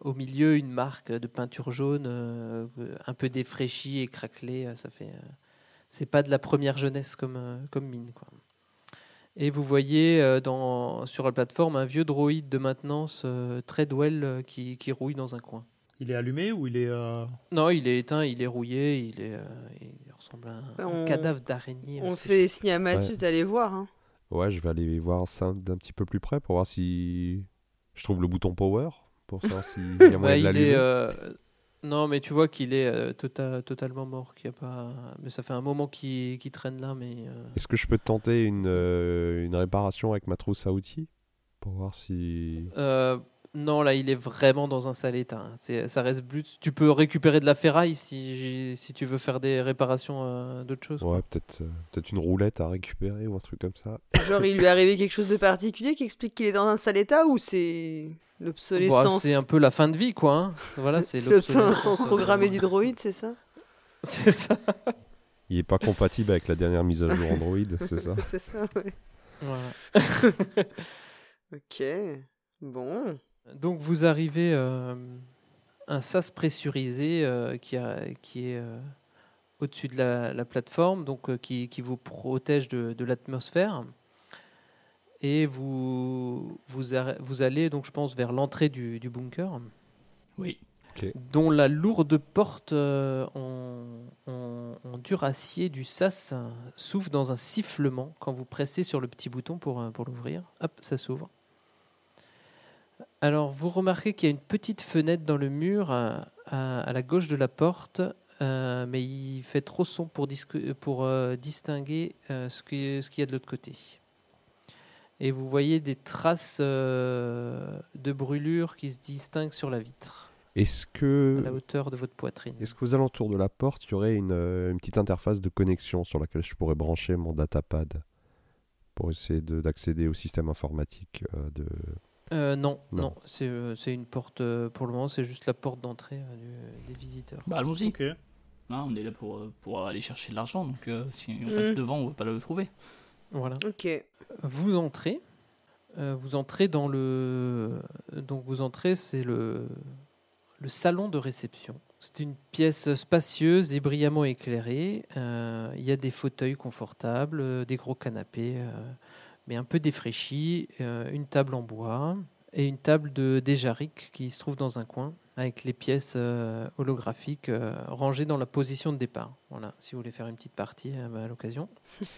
au milieu, une marque de peinture jaune euh, un peu défraîchie et craquelée. euh, Ça fait, euh, c'est pas de la première jeunesse comme euh, comme mine quoi. Et vous voyez euh, dans, sur la plateforme un vieux droïde de maintenance euh, très douel euh, qui, qui rouille dans un coin.
il est allumé ou il est. euh,
Non, il est éteint, il est rouillé, il, est, euh, il ressemble à un, un
On-
cadavre d'araignée.
On
séché.
fait signe à Mathieu d'aller voir. hein.
Ouais, je vais aller voir ça d'un petit peu plus près pour voir si je trouve le bouton power pour savoir si il y a
Bah,
moyen de
il
l'allumer.
est, euh, Non, mais tu vois qu'il est euh, tota- totalement mort. qu'il y a pas... Mais ça fait un moment qu'il qu'il traîne là, mais... euh,
Est-ce que je peux tenter une, euh, une réparation avec ma trousse à outils pour voir si
euh, non, là, il est vraiment dans un sale état. hein. C'est- Ça reste brut. Tu peux récupérer de la ferraille si, j'ai- si tu veux faire des réparations euh, d'autres choses.
ouais peut-être euh, peut-être une roulette à récupérer ou un truc comme ça.
Genre, il lui est arrivé quelque chose de particulier qui explique qu'il est dans un sale état ou c'est
Bah,
l'obsolescence
c'est un peu la fin de vie, quoi. hein. Voilà, c'est
C'est l'obsolescence
l'obsolescence, euh,
programmée du droïde, c'est ça
C'est ça.
Il est pas compatible avec la dernière mise à jour Android, c'est ça
C'est ça, ouais.
Voilà.
Ok. Bon.
Donc vous arrivez euh, un sas pressurisé euh, qui, a- qui est euh, au-dessus de la, la plateforme, donc euh, qui, qui vous protège de, de l'atmosphère. Et vous, vous, arr- vous allez donc je pense vers l'entrée du, du bunker,
Oui.
dont la lourde porte euh, en, en- en dur acier du sas euh, s'ouvre dans un sifflement quand vous pressez sur le petit bouton pour, euh, pour l'ouvrir. Hop, ça s'ouvre. Alors, vous remarquez qu'il y a une petite fenêtre dans le mur euh, à, à la gauche de la porte, euh, mais il fait trop son pour, discu- pour euh, distinguer euh, ce qui- ce qu'il y a de l'autre côté. Et vous voyez des traces euh, de brûlure qui se distinguent sur la vitre,
Est-ce
à la
que
hauteur de votre poitrine.
Euh, est-ce qu'aux alentours de la porte, il y aurait une, euh, une petite interface de connexion sur laquelle je pourrais brancher mon datapad pour essayer de- d'accéder au système informatique euh, de...
Euh, non,
Non.
non, c'est euh, c'est une porte, euh, pour le moment, c'est juste la porte d'entrée euh, du- des visiteurs.
Bah allons-y.
Ok.
Hein, on est là pour, euh, pour aller chercher de l'argent, donc euh, si on
Mm.
passe devant, on va pas le trouver.
Voilà.
Ok.
Vous entrez. euh, vous entrez dans le. Donc, vous entrez, c'est le... le salon de réception. C'est une pièce spacieuse et brillamment éclairée. Euh, Il y a des fauteuils confortables, euh, des gros canapés, euh, mais un peu défraîchis, euh, une table en bois et une table de déjaric qui se trouve dans un coin avec les pièces euh, holographiques euh, rangées dans la position de départ. Voilà, si vous voulez faire une petite partie euh, à l'occasion.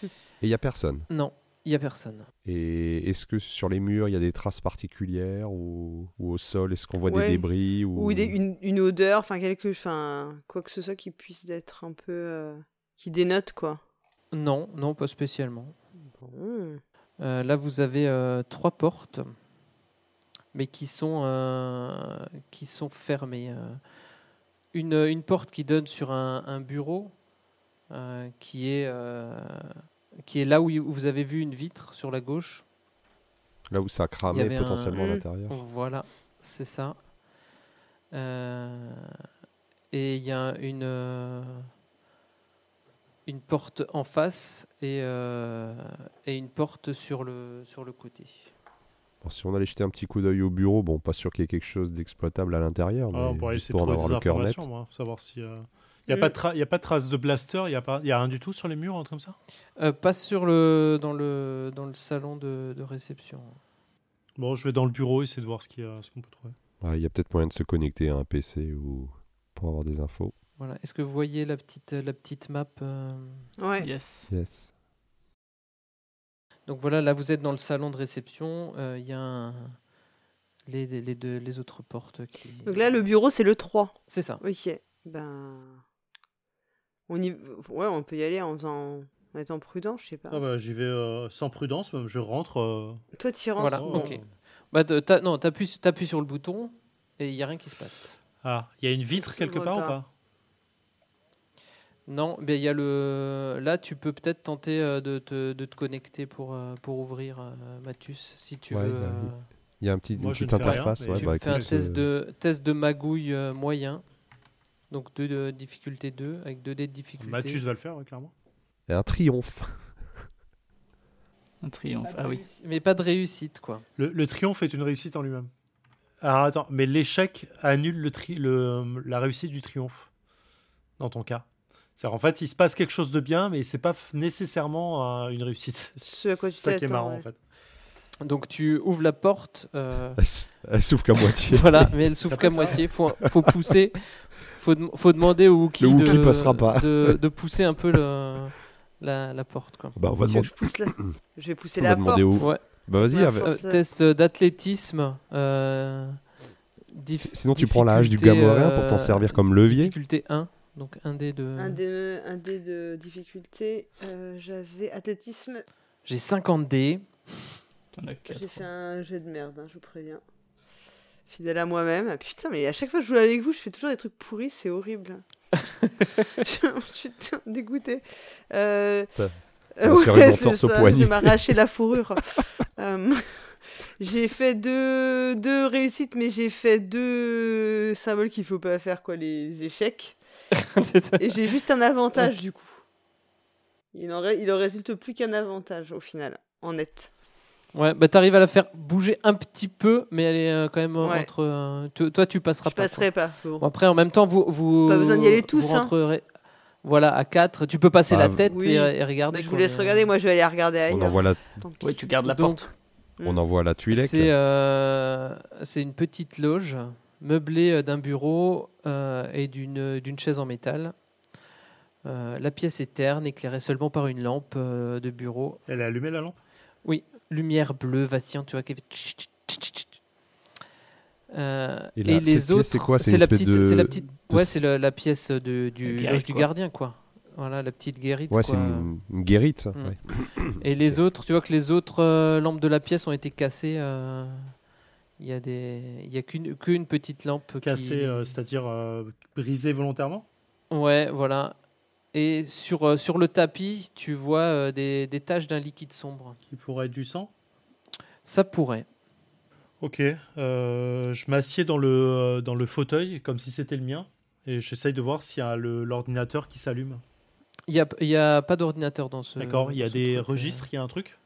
Et il y a personne.
Non, il n'y a personne.
Et est-ce que sur les murs, il y a des traces particulières ou, ou au sol Est-ce qu'on voit
Ouais.
des débris ou...
Ou des- une, une odeur, enfin, quelque, enfin, quoi que ce soit qui puisse être un peu. euh, qui dénote, quoi.
Non, non, pas spécialement.
Bon.
Euh, là, vous avez euh, trois portes, mais qui sont, euh, qui sont fermées. euh. Une, une porte qui donne sur un, un bureau, euh, qui, est, euh, qui est là où y- où vous avez vu une vitre sur la gauche.
Là où ça
Il
a
y
cramé
avait un-
potentiellement
Mm.
à l'intérieur.
Voilà, c'est ça. Euh, et il y a une, euh, une porte en face et, euh, et une porte sur le, sur le côté.
Bon, si on allait jeter un petit coup d'œil au bureau, bon, pas sûr qu'il y ait quelque chose d'exploitable à l'intérieur, mais
Ah, on pourrait
juste
essayer
pour
de
en
trouver
avoir
des
le cœur net.
informations, moi, pour savoir si. euh, Il n'y a, pas de tra- y a pas de trace de blaster, il n'y a, pas- y a rien du tout sur les murs, un truc comme ça
Euh, pas sur le, dans, le, dans le salon de, de réception.
Bon, je vais dans le bureau, essayer de voir ce qu'il y a- ce qu'on peut trouver.
Ouais, Il y a peut-être moyen de se connecter à un PC ou pour avoir des infos.
Voilà. Est-ce que vous voyez la petite, la petite map euh,
Mm, Ouais.
Yes.
Yes.
Donc voilà, là vous êtes dans le salon de réception. euh, Il y a un- les, les, les deux, les autres portes qui.
Donc là, le bureau, c'est le 3.
C'est ça.
Ok. Ben. On y... Ouais, on peut y aller en faisant. En étant prudent, je sais pas.
Ah bah, j'y vais euh, sans prudence, même, je rentre. euh,
Toi, tu rentres.
Voilà,
oh,
ok. Bah, te- t'as- non, t'appuies, t'appuies sur le bouton et il n'y a rien qui se passe.
Ah, il y a une vitre
Je le
quelque
vois
part ou
pas.
pas
Non, mais il y a le. Là, tu peux peut-être tenter euh, de te, de te connecter pour, euh, pour ouvrir, euh, Mathus, si tu
Ouais,
veux.
bah,
euh,
Il y a un petit,
Moi,
une
je
petite
ne fais rien,
interface.
mais
ouais,
tu
bah,
fais un
écoute,
test
euh,
de, test de magouille euh, moyen. Donc, deux de difficulté 2, avec 2 dés de difficulté.
Mathus va le faire, ouais, clairement.
et Un triomphe.
Un triomphe. Ah oui.
Mais pas de réussite, quoi.
Le, le triomphe est une réussite en lui-même. Alors attends, mais l'échec annule le tri- le, la réussite du triomphe, dans ton cas. C'est-à-dire, en fait, il se passe quelque chose de bien, mais c'est pas f- nécessairement euh, une réussite.
Ce à quoi tu
ça qui est
t'attends,
marrant,
ouais.
en fait.
Donc, tu ouvres la porte. euh,
Elle s- Elle s'ouvre qu'à moitié.
Voilà, mais elle souffle
peut
qu'à
être
moitié. Faut, faut pousser. Faut, dem- faut demander au Wookie,
Le Wookie
de,
passera pas.
de, de pousser un peu le, la, la porte. Quoi.
Bah, on va
Tu veux que
demander,
je pousse la- Je vais pousser
on
la
va
porte.
demander où.
Ouais.
Bah, vas-y,
Ouais,
avec-
Euh,
Ça-
test euh, d'athlétisme. euh, dif-
sinon tu prends la hache du
difficulté,
gamorin pour t'en
euh,
servir comme levier.
Difficulté 1. Donc un dé de.
Un dé, un dé de difficulté. euh, J'avais athlétisme.
J'ai 50 dés.
T'en as
J'ai
quatre.
fait un jet de merde, hein, je vous préviens. Fidèle à moi-même. Ah, putain, mais à chaque fois que je joue avec vous, je fais toujours des trucs pourris, c'est horrible. je suis dégoûtée. Euh,
T'as-
euh,
t'as assuré mon
c'est
torse au
ça,
poignet.
Je vais m'arracher la fourrure. Euh, j'ai fait deux, deux réussites, mais j'ai fait deux symboles qu'il faut pas faire, quoi, les échecs.
C'est ça.
Et j'ai juste un avantage du coup. Il en, ré- il en résulte plus qu'un avantage au final, en net.
ouais, bah t'arrives à la faire bouger un petit peu, mais elle est euh, quand même euh,
Ouais.
entre. euh, to- toi, tu passeras
Je
pas.
passerai pas. bon.
Bon, après, en même temps, vous. vous
Pas besoin d'y aller tous,
Vous
hein.
rentrerez- Voilà, à 4. Tu peux passer
Ah,
la
v-
tête
Oui.
et, et regarder.
Mais je vous
quoi,
laisse
mais,
regarder, Bah, moi je vais aller regarder
On
ailleurs.
envoie la,
Tant pis.
Ouais, tu gardes la
Donc,
porte.
on envoie la tuile.
euh, C'est euh, c'est une petite loge meublée euh, d'un bureau euh, et d'une d'une chaise en métal. Euh, la pièce est terne, éclairée seulement par une lampe euh, de bureau.
Elle a allumé la lampe
Lumière bleue vacillante, tu vois, qui fait tch, tch, tch, tch, tch. Euh,
Et
et,
la- cette pièce,
les autres,
c'est quoi C'est
C'est
une
la
espèce
petite,
de-
c'est la petite,
de
ouais,
s-
c'est la, la pièce de, du
La
loge du
guérite, quoi.
gardien, quoi. Voilà, la petite guérite.
Ouais, c'est
quoi.
une, une guérite.
Hmm.
ouais.
Et les autres, tu vois que les autres euh, lampes de la pièce ont été cassées. euh, Il y a des, il y a qu'une qu'une petite lampe qui-
cassée, euh, c'est-à-dire euh, brisée volontairement.
Ouais, voilà. Et sur euh, sur le tapis, tu vois euh, des, des taches d'un liquide sombre.
qui pourrait être du sang.
Ça pourrait.
Ok, euh, je m'assieds dans le, euh, dans le fauteuil comme si c'était le mien et j'essaye de voir s'il y a le- l'ordinateur qui s'allume.
Il y a, il y a pas d'ordinateur dans ce.
D'accord, il y a
dans ce
des
truc, euh.
registres, il y a un truc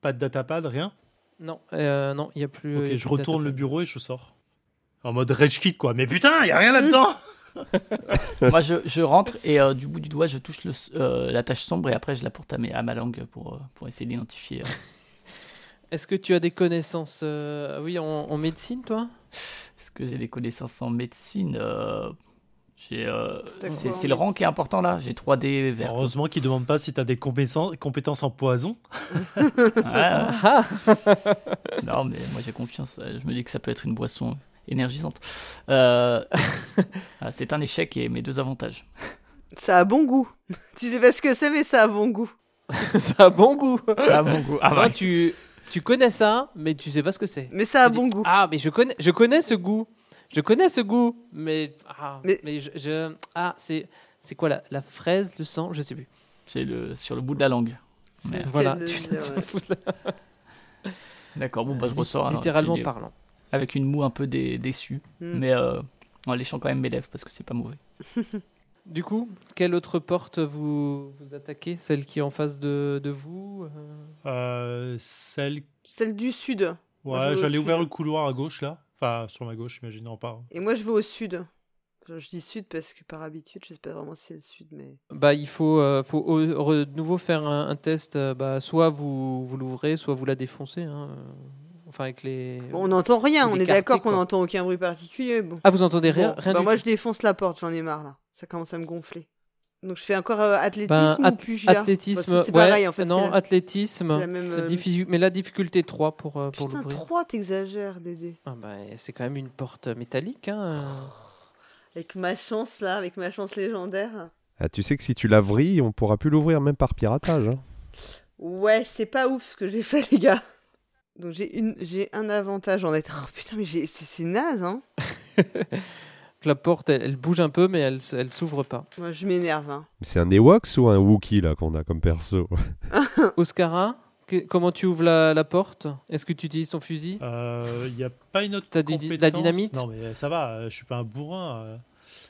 Pas de datapad, rien
Non, euh, non, il y a plus. il y a
Ok,
plus
je
de
retourne
datapad.
le bureau et je sors. En mode rage kit quoi, mais putain, il y a rien là-dedans
Moi, je, je rentre et euh, du bout du doigt, je touche le s- euh, la tache sombre et après, je la porte à, mes- à ma langue pour, euh, pour essayer d'identifier. euh.
Est-ce que tu as des connaissances, euh, oui, en, en médecine, toi
Est-ce que j'ai des connaissances en médecine euh, j'ai, euh,
T'as
C'est
quoi en
c'est le rang qui est important là. J'ai 3D vert.
Heureusement qu'il demande pas si t'as des compétences, compétences en poison.
Ouais, ouais.
Ah,
Non, mais moi j'ai confiance. Euh, Je me dis que ça peut être une boisson énergisante. Euh, ah, c'est un échec et mes deux avantages.
Ça a bon goût. tu sais pas ce que c'est, mais ça a bon goût.
ça a bon goût.
Ça a bon goût. Ah,
Toi,
ouais.
tu tu connais ça, mais tu sais pas ce que c'est.
Mais ça a
Tu
bon
dis,
goût.
Ah, mais je connais, je connais ce goût. Je connais ce goût, mais ah, mais,
Mais-
je, je- ah c'est c'est quoi la, la fraise, le sang, je sais plus.
J'ai le sur le bout de la langue. Merde.
Voilà,
Quel
tu
désir,
l'as sur le
ouais.
bout de la-
D'accord, bon, bah,
Euh,
je ressors alors,
littéralement
avec une,
parlant.
avec une moue un peu dé- déçue,
Mm.
mais euh, en léchant quand même mes lèvres parce que c'est pas mauvais.
Du coup, quelle autre porte vous vous attaquez Celle qui est en face de, de vous euh,
Euh, celle.
Celle du sud. Moi, je
Ouais,
vais au
j'allais
sud.
ouvrir le couloir à gauche là. Enfin, sur ma gauche, imaginons pas. hein.
Et moi je vais au sud. Je je dis sud parce que par habitude, je sais pas vraiment si c'est le sud, mais.
Bah, il faut, euh, faut au- re- de nouveau faire un, un test. euh, bah, soit vous, vous l'ouvrez, soit vous la défoncez. hein, euh, Enfin, avec les.
Bon, on n'entend rien,
Ou
on
des
est d'accord
quartiers,
qu'on
Euh, quoi.
n'entend aucun bruit particulier. Bon.
Ah, vous entendez rien,
Bon,
rien
bah
du
moi
tout.
je défonce la porte, j'en ai marre là. Ça commence à me gonfler. Donc je fais encore euh, athlétisme
Ben,
ou
ath-
pugilat
athlétisme,
Bah, c'est- c'est
ouais,
pareil en fait.
non,
c'est la-
athlétisme.
c'est la même. euh,
Diffi- mais la difficulté 3 pour, euh, pour
Putain,
l'ouvrir.
3 t'exagères, Dédé.
Ah bah, c'est quand même une porte métallique. hein.
Avec ma chance là, avec ma chance légendaire.
Ah, tu sais que si tu la vrilles, on pourra plus l'ouvrir même par piratage. hein.
Ouais, c'est pas ouf ce que j'ai fait, les gars. Donc j'ai une, j'ai un avantage en être. Oh putain, mais j'ai- c'est c'est naze, hein.
Donc, La porte, elle, elle bouge un peu, mais elle, s- elle s'ouvre pas.
Moi, je m'énerve. hein.
Mais C'est un Ewoks ou un Wookie là qu'on a comme perso
Oscara, que- comment tu ouvres la, la porte Est-ce que tu utilises ton fusil
Il n'y Euh, a pas une autre
T'as du-
compétence.
de la dynamite
Non, mais ça va, euh, je suis pas un bourrin. euh.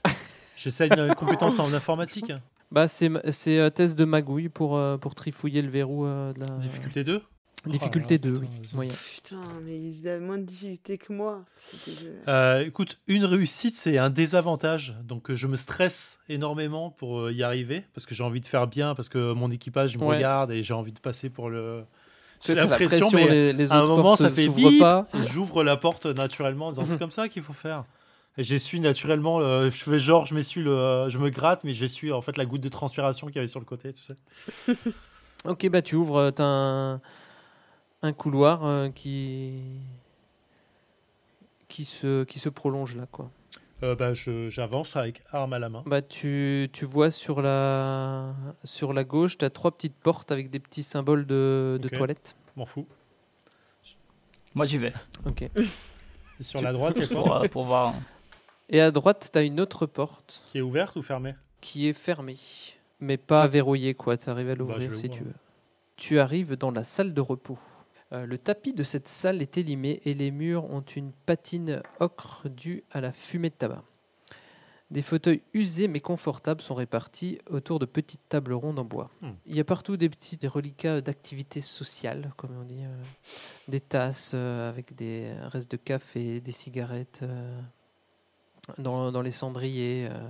J'essaie une euh, compétence en informatique. hein.
Bah, c'est ma- c'est euh, test de magouille pour, euh, pour trifouiller le verrou euh, de la
Difficulté 2
difficulté
Oh là là,
2, oui.
putain,
Moyen.
Putain, mais ils avaient moins de difficultés que moi. C'est dégueu.
Euh, écoute, une réussite, c'est un désavantage. Donc, euh, je me stresse énormément pour euh, y arriver parce que j'ai envie de faire bien, parce que mon équipage il me
Ouais.
regarde et j'ai envie de passer pour le.
Toi, t'as
J'ai
la
l'impression,
pression,
mais
les, les
à un
autres
moment,
portes
ça fait
s'ouvrent
bip
pas.
et j'ouvre la porte naturellement en disant
Mhm.
c'est comme ça qu'il faut faire. Et j'essuie naturellement, euh, je fais genre, je m'essuie, le, euh, je me gratte, mais j'essuie en fait la goutte de transpiration qu'il y avait sur le côté, tu sais.
Ok, bah tu ouvres, euh, t'as un, un couloir euh, qui qui se qui se prolonge là quoi.
Euh, bah, je- j'avance avec arme à la main.
Bah tu, tu vois sur la sur la gauche, t'as trois petites portes avec des petits symboles de, de
Ok.
toilettes.
M'en fous.
Moi j'y vais
Ok.
Et sur la droite, il y a quoi
pour, euh, pour voir.
Et à droite, t'as une autre porte
Qui est ouverte ou fermée
qui est fermée, mais pas verrouillée quoi. T'arrives à l'ouvrir
Bah, je vais
si
voir.
tu veux. Tu arrives dans la salle de repos. Euh, le tapis de cette salle est élimé et les murs ont une patine ocre due à la fumée de tabac. Des fauteuils usés mais confortables sont répartis autour de petites tables rondes en bois.
Hmm.
Il y a partout des petits des reliquats d'activités sociales, comme on dit, euh, des tasses euh, avec des restes de café, des cigarettes euh, dans, dans les cendriers, euh,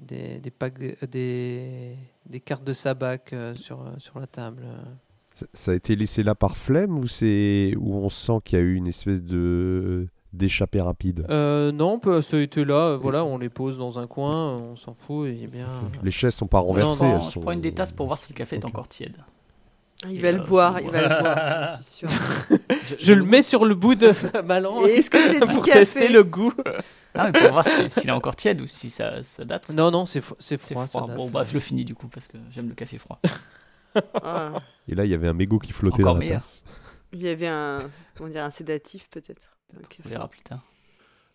des, des, packs de- euh, des, des cartes de sabac euh, sur, sur la table.
Ça- Ça a été laissé là par flemme ou c'est où on sent qu'il y a eu une espèce de d'échappée rapide
Euh, non, on peut- ça a été là, euh, voilà, on les pose dans un coin, on s'en fout, et bien.
Les chaises sont pas renversées.
Non,
elles
je
sont-
prends une des tasses pour voir si le café est
Ok.
encore tiède.
Il
Et,
va le
euh,
ah, boire,
c'est
il
bon.
va le boire. Je suis sûre.
Je le mets sur le bout de ma langue
Et Est-ce que c'est du
pour
café
tester le goût.
Ah, mais pour voir si- s'il est encore tiède ou si ça, ça date.
Non, non, c'est fo- c'est
C'est
froid. ça
froid.
date.
Bon, bah, je le finis du coup parce que j'aime le café froid.
Ah,
Et là, il y avait un mégot qui flottait
Encore
dans la
meilleur.
tasse.
Il y avait un, on dirait un sédatif peut-être. Ok.
On verra plus tard.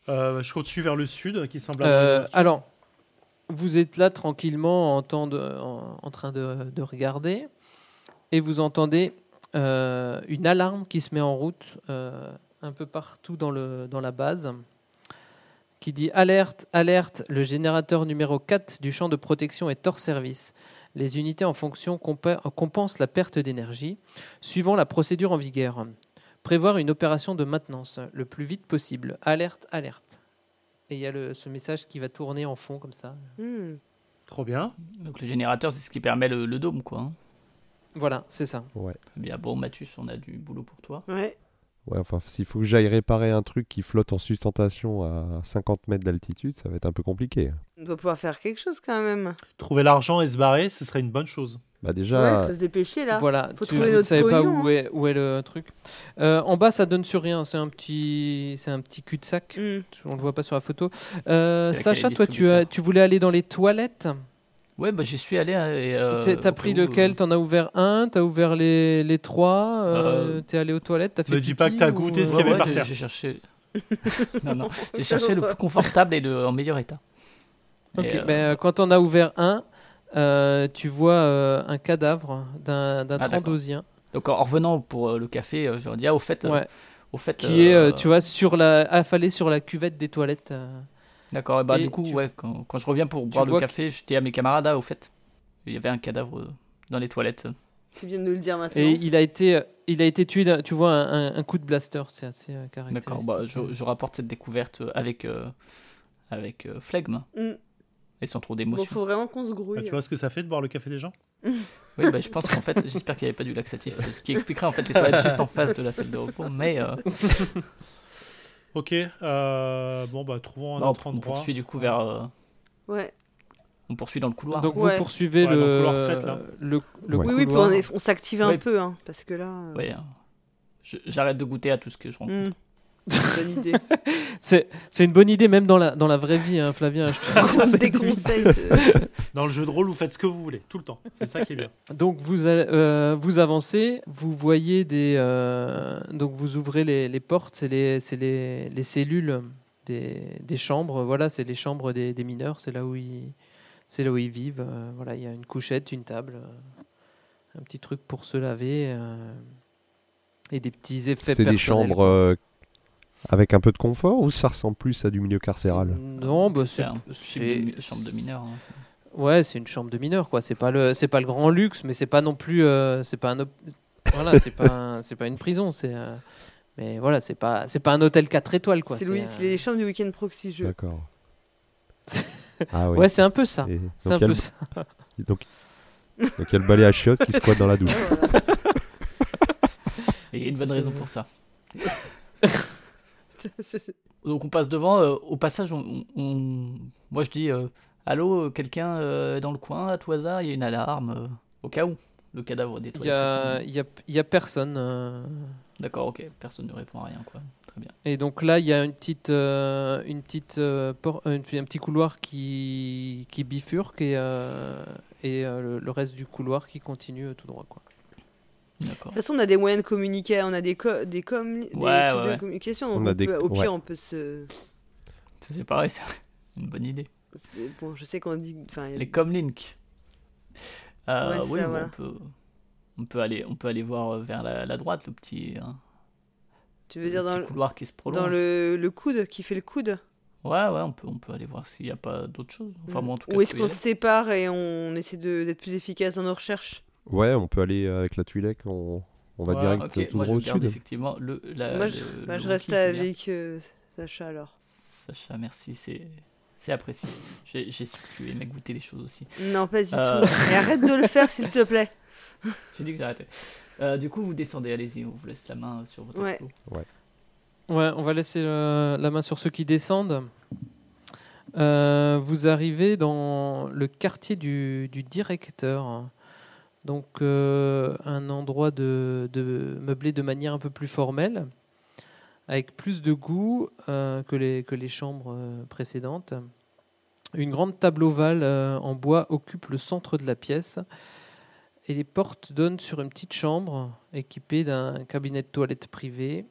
Euh, Je continue vers le sud, qui semble. avoir une
Euh,
ouverture.
alors, vous êtes là tranquillement en, temps de- en, en train de, de regarder et vous entendez euh, une alarme qui se met en route euh, un peu partout dans, le, dans la base qui dit alerte, alerte, le générateur numéro 4 du champ de protection est hors service. Les unités en fonction compa- compensent la perte d'énergie suivant la procédure en vigueur. Prévoir une opération de maintenance le plus vite possible. Alerte, alerte. Et il y a le, ce message qui va tourner en fond comme ça.
Hmm.
Trop bien.
Donc, le générateur, c'est ce qui permet le, le dôme, quoi. hein.
Voilà, c'est ça.
Eh Bien, bon, Mathus, on a du boulot pour toi.
Ouais.
Ouais, enfin, s'il faut que j'aille réparer un truc qui flotte en sustentation à 50 mètres d'altitude, ça va être un peu compliqué.
On doit pouvoir faire quelque chose quand même.
Trouver l'argent et se barrer, ce serait une bonne chose.
Bah
Ouais,
déjà,
faut se dépêcher là.
Voilà,
faut
tu
trouver
ne
notre
savais pas
pognon, hein.
où est, où est le truc. Euh, en bas, ça donne sur rien. C'est un petit, c'est un petit cul-de-sac.
Hmm.
On le voit pas sur la photo. Euh,
C'est la
Sacha,
clé
toi, tu, as,
distributeur.
tu voulais aller dans les toilettes.
Ouais, bah, j'y suis allé. hein, et,
Tu
euh,
T'as
au
pris
cas où,
lequel
euh,
T'en as ouvert un T'as ouvert les, les trois euh,
Euh,
T'es allé aux toilettes T'as fait
me dis pas
pipi
que t'as
ou-
goûté ce
Ouais,
qu'il y avait
ouais.
par
j'ai-
terre.
J'ai cherché. non, non. J'ai cherché le plus confortable et le en meilleur état.
Ok,
Et, euh,
ben, euh, quand on a ouvert un, euh, tu vois euh, un cadavre d'un d'un
Ah, d'accord.
Trandosien
Donc, en en revenant pour euh, le café, euh, je leur dis, ah, au fait. euh,
Ouais.
Au fait
qui est, euh,
euh,
tu vois, sur la, affalé sur la cuvette des toilettes. euh.
D'accord, et bah
Et
du coup,
tu-
ouais, quand, quand je reviens pour boire le
vois
café, j'étais à mes camarades, ah, au fait, il y avait un cadavre euh, dans les toilettes.
Tu viens de nous le dire maintenant.
Et il a été, euh, il a été tué, d'un- tu vois, un, un- un coup de blaster, c'est assez euh,
D'accord,
caractéristique.
bah, je, je rapporte cette découverte avec, euh, avec euh, flegme
Hmm.
et sans trop
Bon,
d'émotion.
faut vraiment qu'on se
Bah,
grouille.
tu vois ce que ça fait de boire le café des gens
Oui, bah, je pense qu'en fait, j'espère qu'il n'y avait pas du laxatif, euh, ce qui expliquerait en fait les toilettes juste en face de la salle de repos, mais euh,
Ok, euh, bon, bah, trouvons un
bah, on,
autre
on
endroit.
poursuit du coup vers. euh,
Ouais.
on poursuit dans le couloir.
Donc
Ouais.
vous poursuivez
Ouais, dans le
le,
couloir sept, là.
le, le
Ouais.
Oui, oui, puis
couloir.
on, est- on s'active
Ouais.
un peu, hein, parce que là. euh,
Ouais, euh, je- j'arrête de goûter à tout ce que je rencontre.
hmm. Bonne idée.
C'est c'est une bonne idée même dans la, dans la vraie vie, hein, Flavien. Je te
On se
conseille de-
déconseille. ce-
Dans le jeu de rôle, vous faites ce que vous voulez, tout le temps. C'est ça qui est bien.
Donc vous, allez- euh, vous avancez, vous voyez des, euh, donc vous ouvrez les, les portes, c'est les, c'est les, les cellules des, des chambres. Voilà, c'est les chambres des, des mineurs, c'est là où ils, c'est là où ils vivent. Euh, voilà, il y a une couchette, une table, euh, un petit truc pour se laver euh, et des petits effets.
C'est des
personnels.
chambres euh, avec un peu de confort ou ça ressemble plus à du milieu carcéral
Non, bah, c'est
un-
c'est-
une chambre de mineur. hein, c'est-
Ouais, c'est une chambre de mineur, quoi. C'est pas le, c'est pas le grand luxe, mais c'est pas non plus, euh, c'est pas un, op- voilà, c'est pas, un- c'est pas une prison, c'est. euh, mais voilà, c'est pas, c'est pas un hôtel 4 étoiles, quoi. euh,
C'est Louis-
un-
c'est les chambres du week-end proxy jeu.
D'accord. Ah oui.
Ouais, c'est un peu ça.
Et
C'est un
donc, il y a
peu
le-
ça.
donc- donc il y a le balai à chiottes qui squatte dans la douche.
Ah, voilà.
Et il y a une
Ça,
bonne
c'est
raison
vrai.
pour ça.
Je sais-
Donc on passe devant. euh, au passage, on, on- on- moi je dis euh, Allô, euh, quelqu'un euh, est dans le coin à tout hasard Il y a une alarme. euh, au cas où, le cadavre des
Il y a, il y a, il y a personne. euh,
D'accord, ok, personne ne répond à rien. quoi. Très bien.
Et donc là, il y a une petite, euh, une petite, euh, por- euh, une- un petit couloir qui, qui bifurque et, euh, et euh, le, le reste du couloir qui continue euh, tout droit. Quoi.
D'accord.
De toute façon, on a des moyens de communiquer, on a des, co- des, com- des
Ouais,
trucs
ouais, ouais.
de communication, donc
On
on
a des-
peut- au pire,
ouais.
on peut se.
Ça, C'est pareil, c'est une bonne idée.
c'est- Bon, je sais qu'on dit. Enfin, il y a-
Les comlink. Euh,
Ouais,
oui,
ça,
bon,
voilà.
on, peut, on, peut aller, on peut aller voir euh, vers la, la droite, le petit, hein,
tu veux
le
dire dans
petit
le,
couloir qui se prolonge.
dans le, le coude, qui fait le coude
Ouais, ouais, on peut, on peut aller voir s'il n'y a pas d'autre chose. Enfin, moi, en tout cas,
Ou
je
Mmh. est-ce
peux y
qu'on
aller.
se sépare et on essaie de- d'être plus efficace dans nos recherches
Ouais, on peut aller euh, avec la Twi'lek, on, on va
Ouais,
direct
Ok,
euh, tout
moi,
droit
je
au
garde
sud.
effectivement le. La,
Moi, je,
Euh, le-
bah,
le
je reste
walkie, c'est bien.
avec euh, Sacha alors.
Sacha, merci, c'est c'est apprécié. J'ai j'ai su que tu aimais goûter les choses aussi.
Non, pas du
Euh.
tout. Et arrête de le faire, s'il te plaît.
J'ai dit que j'arrêtais. Euh, du coup, vous descendez, allez-y, on vous laisse la main euh, sur votre
Ouais.
expo.
Ouais, on va laisser euh, la main sur ceux qui descendent. Euh, vous arrivez dans le quartier du, du directeur. Donc, euh, un endroit de, de- meublé de manière un peu plus formelle, avec plus de goût euh, que, les, que les chambres euh, précédentes. Une grande table ovale euh, en bois occupe le centre de la pièce. Et les portes donnent sur une petite chambre équipée d'un cabinet de toilette privé.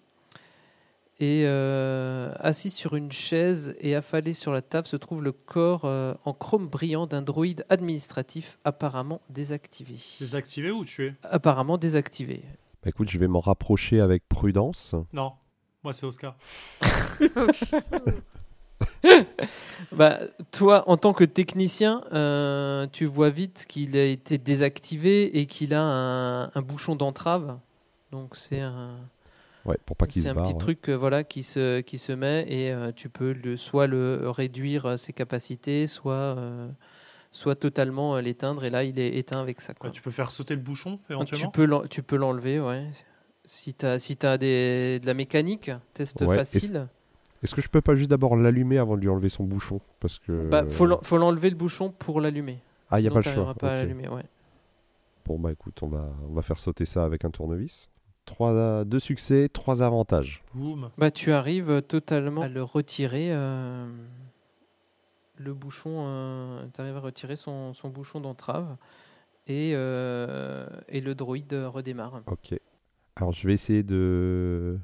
Et euh, assis sur une chaise et affalé sur la table se trouve le corps euh, en chrome brillant d'un droïde administratif apparemment désactivé.
Désactiver ou tuer
Apparemment désactivé.
Bah, écoute, je vais m'en rapprocher avec prudence.
Non. Moi, c'est Oscar.
Bah, toi, en tant que technicien, euh, tu vois vite qu'il a été désactivé et qu'il a un, un bouchon d'entrave. Donc c'est un,
Ouais, pour pas qu'il
c'est
se
un
barre.
petit
ouais.
truc euh, voilà, qui, se, qui se met et euh, tu peux le, soit le réduire euh, ses capacités, soit, euh, soit totalement euh, l'éteindre. Et là, il est éteint avec ça. quoi.
Ouais, Bah, tu peux faire sauter le bouchon,
Donc, tu
éventuellement
peux l'en- tu peux l'enlever, ouais. Si tu as, si t'as des, de la mécanique, test
Ouais, et-
facile.
Est-ce que je peux pas juste d'abord l'allumer avant de lui enlever son bouchon Parce que. Euh.
Bah, faut l'en- faut l'enlever le bouchon pour l'allumer.
Ah, il a
Sinon,
pas le
t'arriveras
choix.
pas à
ok.
l'allumer, ouais.
Bon, bah écoute, on va, on va faire sauter ça avec un tournevis. Trois, deux succès, trois avantages.
Boum.
Bah, tu arrives euh, totalement à le retirer. euh, le bouchon, euh, tu arrives à retirer son, son bouchon d'entrave. Et, euh, et le droïde euh, redémarre.
Ok. Alors, je vais essayer de.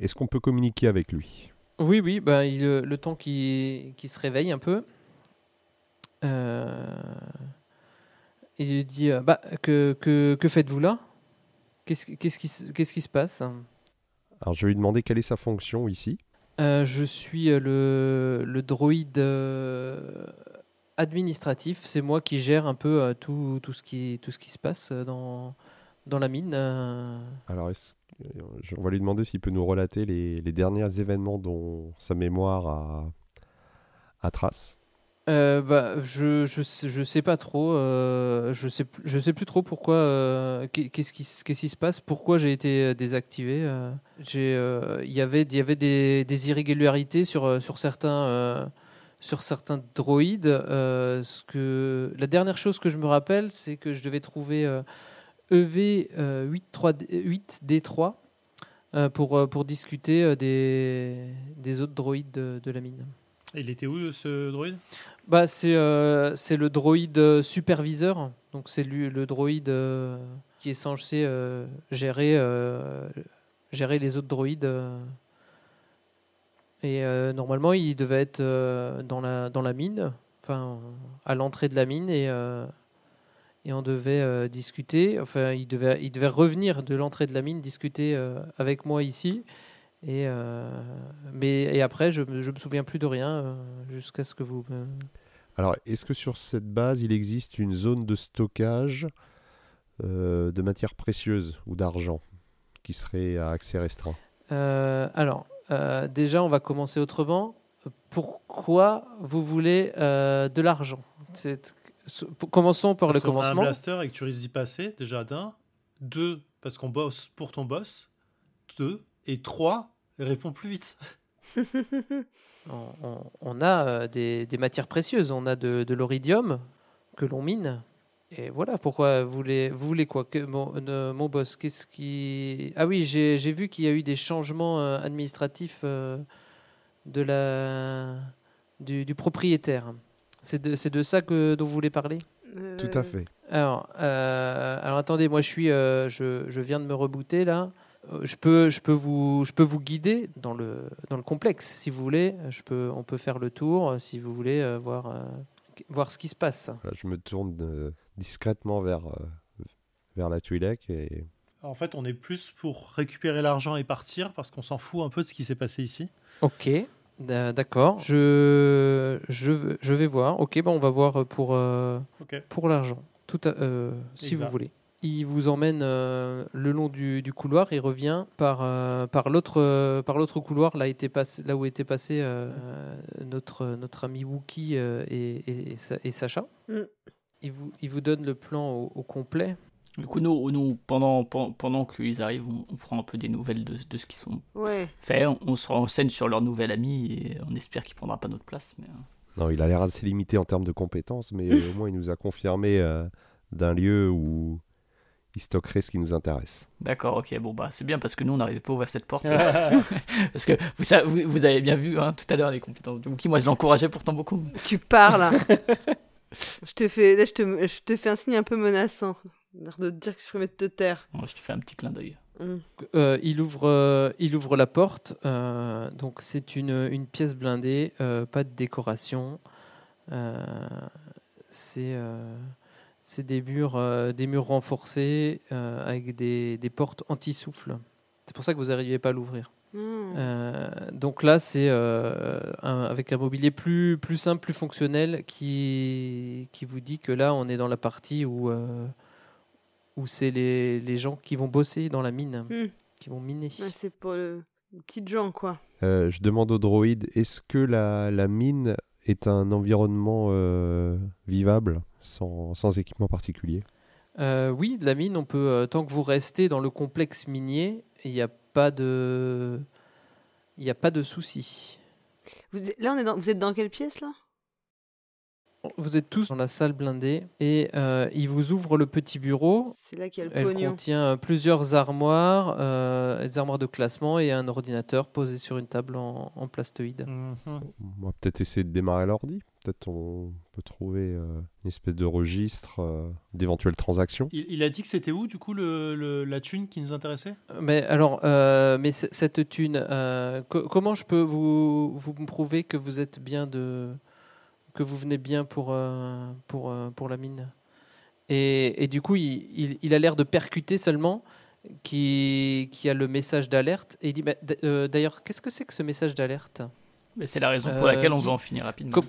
Est-ce qu'on peut communiquer avec lui
Oui, oui, bah, il, euh, le temps qui, qui se réveille un peu. euh, il lui dit euh, bah, Que, que, que faites-vous là Qu'est-ce qui- qu'est-ce qui, se- qu'est-ce qui se passe
Alors, je vais lui demander quelle est sa fonction ici.
Euh, Je suis euh, le, le droïde euh, administratif. C'est moi qui gère un peu euh, tout, tout, ce qui, tout ce qui se passe euh, dans, dans la mine. euh.
Alors, est-ce- euh, je- on va lui demander s'il peut nous relater les, les derniers événements dont sa mémoire a, a trace.
Euh, bah, je, je, sais, je sais pas trop. euh, je, sais, plus- je sais plus trop pourquoi. euh, qu'est- qu'est-ce, qui, s- qu'est-ce qui se passe Pourquoi j'ai été euh, désactivé euh. J'ai, euh, Il y avait, il y avait des, des irrégularités sur, euh, sur, certains, euh, sur certains droïdes. euh, ce que, la dernière chose que je me rappelle, c'est que je devais trouver euh, EV8D3 pour, euh, pour discuter euh, des, des autres droïdes de- de la mine.
Et Il était où, euh, ce droïde
Bah, c'est euh, c'est le droïde euh, superviseur. Donc, c'est lui- le droïde euh, qui est censé euh, gérer, euh, gérer les autres droïdes. euh, Et euh, normalement, il devait être euh, dans, la, dans la mine, enfin, à l'entrée de la mine, et, euh, et on devait euh, discuter. Enfin, il devait, il devait revenir de l'entrée de la mine, discuter euh, avec moi ici. Et, euh, mais, et après, je ne me souviens plus de rien euh, jusqu'à ce que vous. me-
Alors, est-ce que sur cette base, il existe une zone de stockage euh, de matières précieuses ou d'argent qui serait à accès restreint
Euh, alors, euh, déjà, on va commencer autrement. Pourquoi vous voulez euh, de l'argent C'est- Commençons par le
Parce qu'on a
commencement.
un blaster et que tu risques d'y passer, déjà d'un. Deux, parce qu'on bosse pour ton boss. Deux. Et trois, réponds plus vite.
On, on- on a euh, des, des matières précieuses, on a de, de l'oridium que l'on mine. Et voilà pourquoi vous voulez, vous voulez quoi que mon, euh, ne- mon boss, qu'est-ce qui. Ah oui, j'ai j'ai vu qu'il y a eu des changements euh, administratifs euh, de la, du, du propriétaire. C'est de, c'est de ça que, dont vous voulez parler
Euh,
fait.
alors, euh, alors attendez, moi je suis, euh, je, je viens de me rebooter là. Euh, Je peux, je peux vous, je peux vous guider dans le, dans le complexe si vous voulez. Je peux, on peut faire le tour euh, si vous voulez euh, voir, euh, qu- voir ce qui se passe.
Voilà, je me tourne euh, discrètement vers, euh, vers la Twi'lek et
En fait, on est plus pour récupérer l'argent et partir parce qu'on s'en fout un peu de ce qui s'est passé ici.
Ok, d'a- d'accord. Je, je, je vais voir. Ok, bon, on va voir pour, euh,
Ok.
pour l'argent. Tout à- euh, si
Exact.
vous voulez. Il vous emmène euh, le long du, du couloir et revient par, euh, par l'autre euh, par l'autre couloir là, était passé, là où était passé euh, euh, notre, euh, notre ami Wookie euh, et, et- et Sa- et Sacha.
Mm.
Il, vous, il vous donne le plan au, au complet.
Du coup, nous, nous, pendant, pen- pendant qu'ils arrivent, on, on prend un peu des nouvelles de, de ce qu'ils sont
Ouais.
faits. On, on se renseigne sur leur nouvel ami et on espère qu'il prendra pas notre place. Mais... euh,
Non, il a l'air assez limité en termes de compétences, mais euh, au moins il nous a confirmé euh, d'un lieu où il stockerait ce qui nous intéresse.
D'accord, ok, bon bah c'est bien parce que nous on n'arrivait pas à ouvrir cette porte. parce que vous, sa- vous, vous avez bien vu hein, tout à l'heure les compétences de Wookie. Moi je l'encourageais pourtant beaucoup.
Tu parles. hein. je te fais, là, je te, je te fais un signe un peu menaçant. L'air de te dire que je peux mettre de terre.
Bon, je te fais un petit clin d'œil.
Mm.
Euh, il, ouvre, euh, il ouvre la porte. euh, donc c'est une, une pièce blindée, euh, pas de décoration. Euh, c'est euh, c'est des, murs, euh, des murs renforcés euh, avec des, des portes anti-souffle. C'est pour ça que vous n'arrivez pas à l'ouvrir.
Mm.
Euh, donc là, c'est euh, un- avec un mobilier plus, plus simple, plus fonctionnel, qui, qui vous dit que là, on est dans la partie où, euh, où c'est les, les gens qui vont bosser dans la mine,
Hmm.
qui vont miner.
Ouais, c'est pour le... les petites gens, quoi.
Euh, je demande au droïde, est-ce que la, la mine est un environnement euh, vivable sans, sans équipement particulier
Euh, oui, de la mine, on peut, euh, tant que vous restez dans le complexe minier, il n'y a pas de, il n'y a pas de souci.
Vous êtes- Là, on est dans... vous êtes dans quelle pièce, là
Vous êtes tous dans la salle blindée et euh, il vous ouvre le petit bureau
C'est là qu'il y a le
Elle
pognon.
contient euh, plusieurs armoires, euh, des armoires de classement et un ordinateur posé sur une table en, en plastoïde.
Mhm.
On va peut-être essayer de démarrer l'ordi. Peut-être on peut trouver euh, une espèce de registre euh, d'éventuelles transactions.
il, il a dit que c'était où, du coup, le, le- la thune qui nous intéressait
Mais alors, euh, mais c- cette thune, euh, co- comment je peux vous, vous me prouver que vous êtes bien de, que vous venez bien pour euh, pour euh, pour la mine et, et du coup, il, il- il a l'air de percuter seulement, qui qui a le message d'alerte et il dit, bah, d- euh, d'ailleurs, qu'est-ce que c'est que ce message d'alerte
Mais c'est la raison pour
Euh,
laquelle on veut
qui-
en finir rapidement.
Com-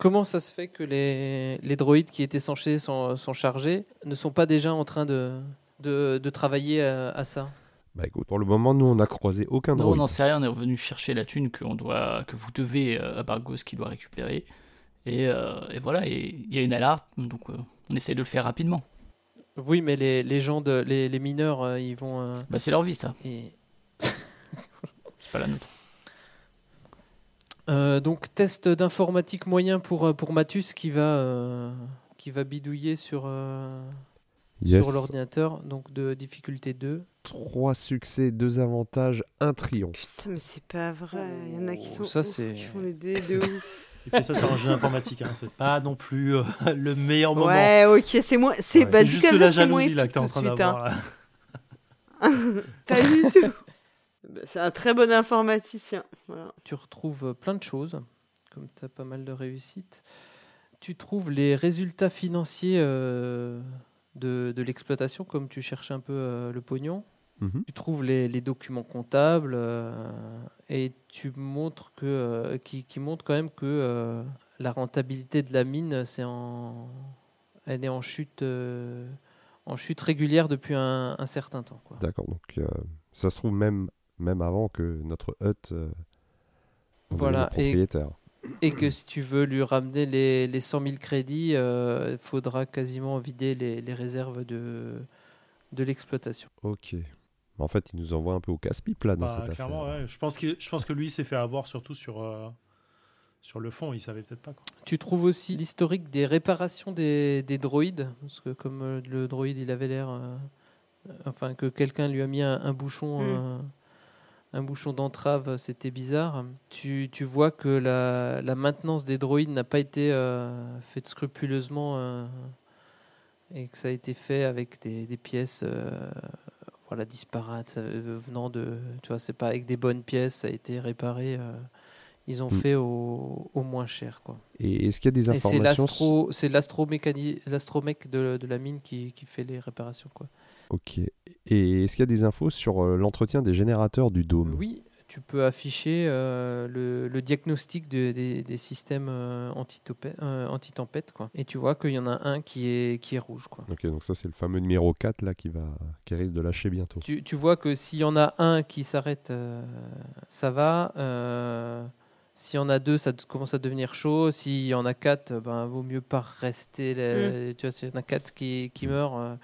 Comment ça se fait que les, les droïdes qui étaient censés s'en s'en charger ne sont pas déjà en train de, de, de travailler euh, à, à ça
Bah écoute, pour le moment, nous, on n'a croisé aucun
Non, on
droïde.
n'en sait rien, on est revenu chercher la thune que, on doit, que vous devez euh, à Bargos qui doit récupérer. Et, euh, et voilà, et il y a une alarme, donc euh, on essaie de le faire rapidement.
Oui, mais les, les gens, de, les, les mineurs, euh, ils vont... euh,
Bah, c'est leur vie, ça,
et-
c'est pas la nôtre.
Euh, donc, test d'informatique moyen pour, euh, pour Mathus qui va, euh, qui va bidouiller sur, euh,
Yes.
sur l'ordinateur, donc de difficulté 2.
Trois succès, deux avantages, un triomphe.
Putain, mais c'est pas vrai. Il y en a qui
Oh,
sont.
ça,
ouf,
c'est-
Qui font des dés de ouf.
Il fait ça sur un jeu informatique. hein, C'est pas non plus euh, le meilleur moment.
ouais, ok, c'est moins. C'est
Ouais,
bah,
C'est
dit
juste
comme
de la
ça, c'est moins
jalousie là que t'es en
tout de
train
suite,
d'avoir. là.
Pas du hein. tout. Bah, C'est un très bon informaticien. Voilà.
tu retrouves euh, plein de choses, comme tu as pas mal de réussites. Tu trouves les résultats financiers euh, de, de l'exploitation, comme tu cherches un peu euh, le pognon.
Mhm.
Tu trouves les, les documents comptables euh, et tu montres que, euh, qui, qui montrent quand même que euh, la rentabilité de la mine, c'est en, elle est en chute, euh, en chute régulière depuis un, un certain temps. Quoi.
D'accord, donc euh, ça se trouve même, même avant que notre hut euh, en devienne
Voilà,
le
et-
propriétaire.
Et que si tu veux lui ramener les, les 100 000 crédits, il faudra quasiment vider les, les réserves de, de l'exploitation.
Ok. Mais en fait, il nous envoie un peu au casse-pipe là dans
Bah,
cette
clairement,
affaire.
ouais. je, pense que, je pense que lui s'est fait avoir surtout sur, euh, sur le fond. Il savait peut-être pas. Quoi.
Tu trouves aussi l'historique des réparations des, des droïdes, parce que comme euh, le droïde, il avait l'air... euh, enfin, que quelqu'un lui a mis un, un bouchon...
Mm.
euh, un bouchon d'entrave, c'était bizarre. Tu, tu vois que la, la maintenance des droïdes n'a pas été euh, faite scrupuleusement euh, et que ça a été fait avec des, des pièces euh, voilà, disparates euh, venant de. Tu vois, c'est pas avec des bonnes pièces, ça a été réparé. euh, ils ont
Mm.
fait au, au moins cher. Quoi.
Et est-ce qu'il y a des
Et c'est
informations sur-
l'astro- c'est l'astromécani- l'astromec de, de la mine qui, qui fait les réparations. Quoi.
Ok. Et est-ce qu'il y a des infos sur euh, l'entretien des générateurs du dôme
Oui, tu peux afficher euh, le, le diagnostic de- des, des systèmes euh, antitopè- euh, anti-tempête. quoi. Et tu vois qu'il y en a un qui est, qui est rouge. Quoi.
Ok, donc ça c'est le fameux numéro 4 là qui, va... qui risque de lâcher bientôt.
Tu, tu vois que s'il y en a un qui s'arrête, euh, ça va. Euh, s'il y en a deux, ça de- commence à devenir chaud. S'il y en a quatre, euh, ben, vaut mieux pas rester. là. Tu vois, s'il y en a quatre qui, qui meurent, euh,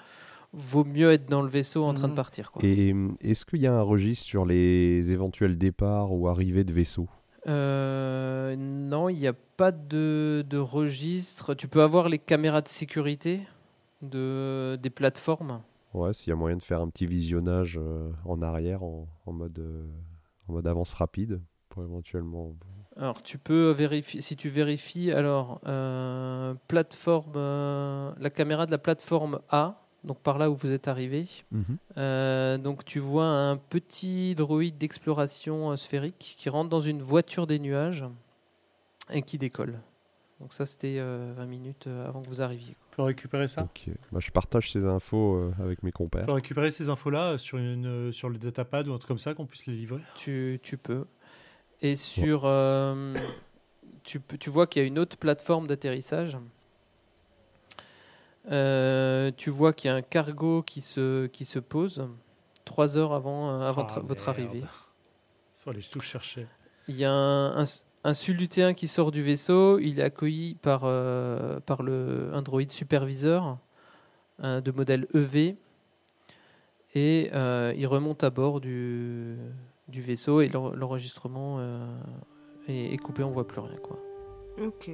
vaut mieux être dans le vaisseau en train de
Mhm.
partir. Quoi.
Et hum, est-ce qu'il y a un registre sur les éventuels départs ou arrivées de vaisseaux
Euh, non, il n'y a pas de, de registre. Tu peux avoir les caméras de sécurité de, des plateformes.
Ouais, s'il y a moyen de faire un petit visionnage euh, en arrière en, en mode, euh, en mode avance rapide pour éventuellement.
Alors, tu peux vérifier, si tu vérifies, alors, euh, plateforme, euh, la caméra de la plateforme A, donc par là où vous êtes arrivé.
Mhm.
Euh, donc, tu vois un petit droïde d'exploration euh, sphérique qui rentre dans une voiture des nuages et qui décolle. Donc, ça, c'était euh, 20 minutes euh, avant que vous arriviez.
Je peux récupérer ça
Ok. Bah, je partage ces infos euh, avec mes
Je
compères.
peux récupérer ces infos-là euh, sur, une, euh, sur le datapad ou un truc comme ça qu'on puisse les livrer
Tu, tu peux. Et sur. euh, tu, peux- tu vois qu'il y a une autre plateforme d'atterrissage. Euh, tu vois qu'il y a un cargo qui se, qui se pose trois heures avant, euh, avant tra-
Ah,
votre
merde.
arrivée.
Faut aller tout chercher.
Il y a un, un, un sulutéen qui sort du vaisseau. Il est accueilli par, euh, par le, un droïde superviseur un de modèle EV. Et euh, il remonte à bord du, du vaisseau et l'en- l'enregistrement euh, est, est coupé, on voit plus rien. Quoi.
Ok.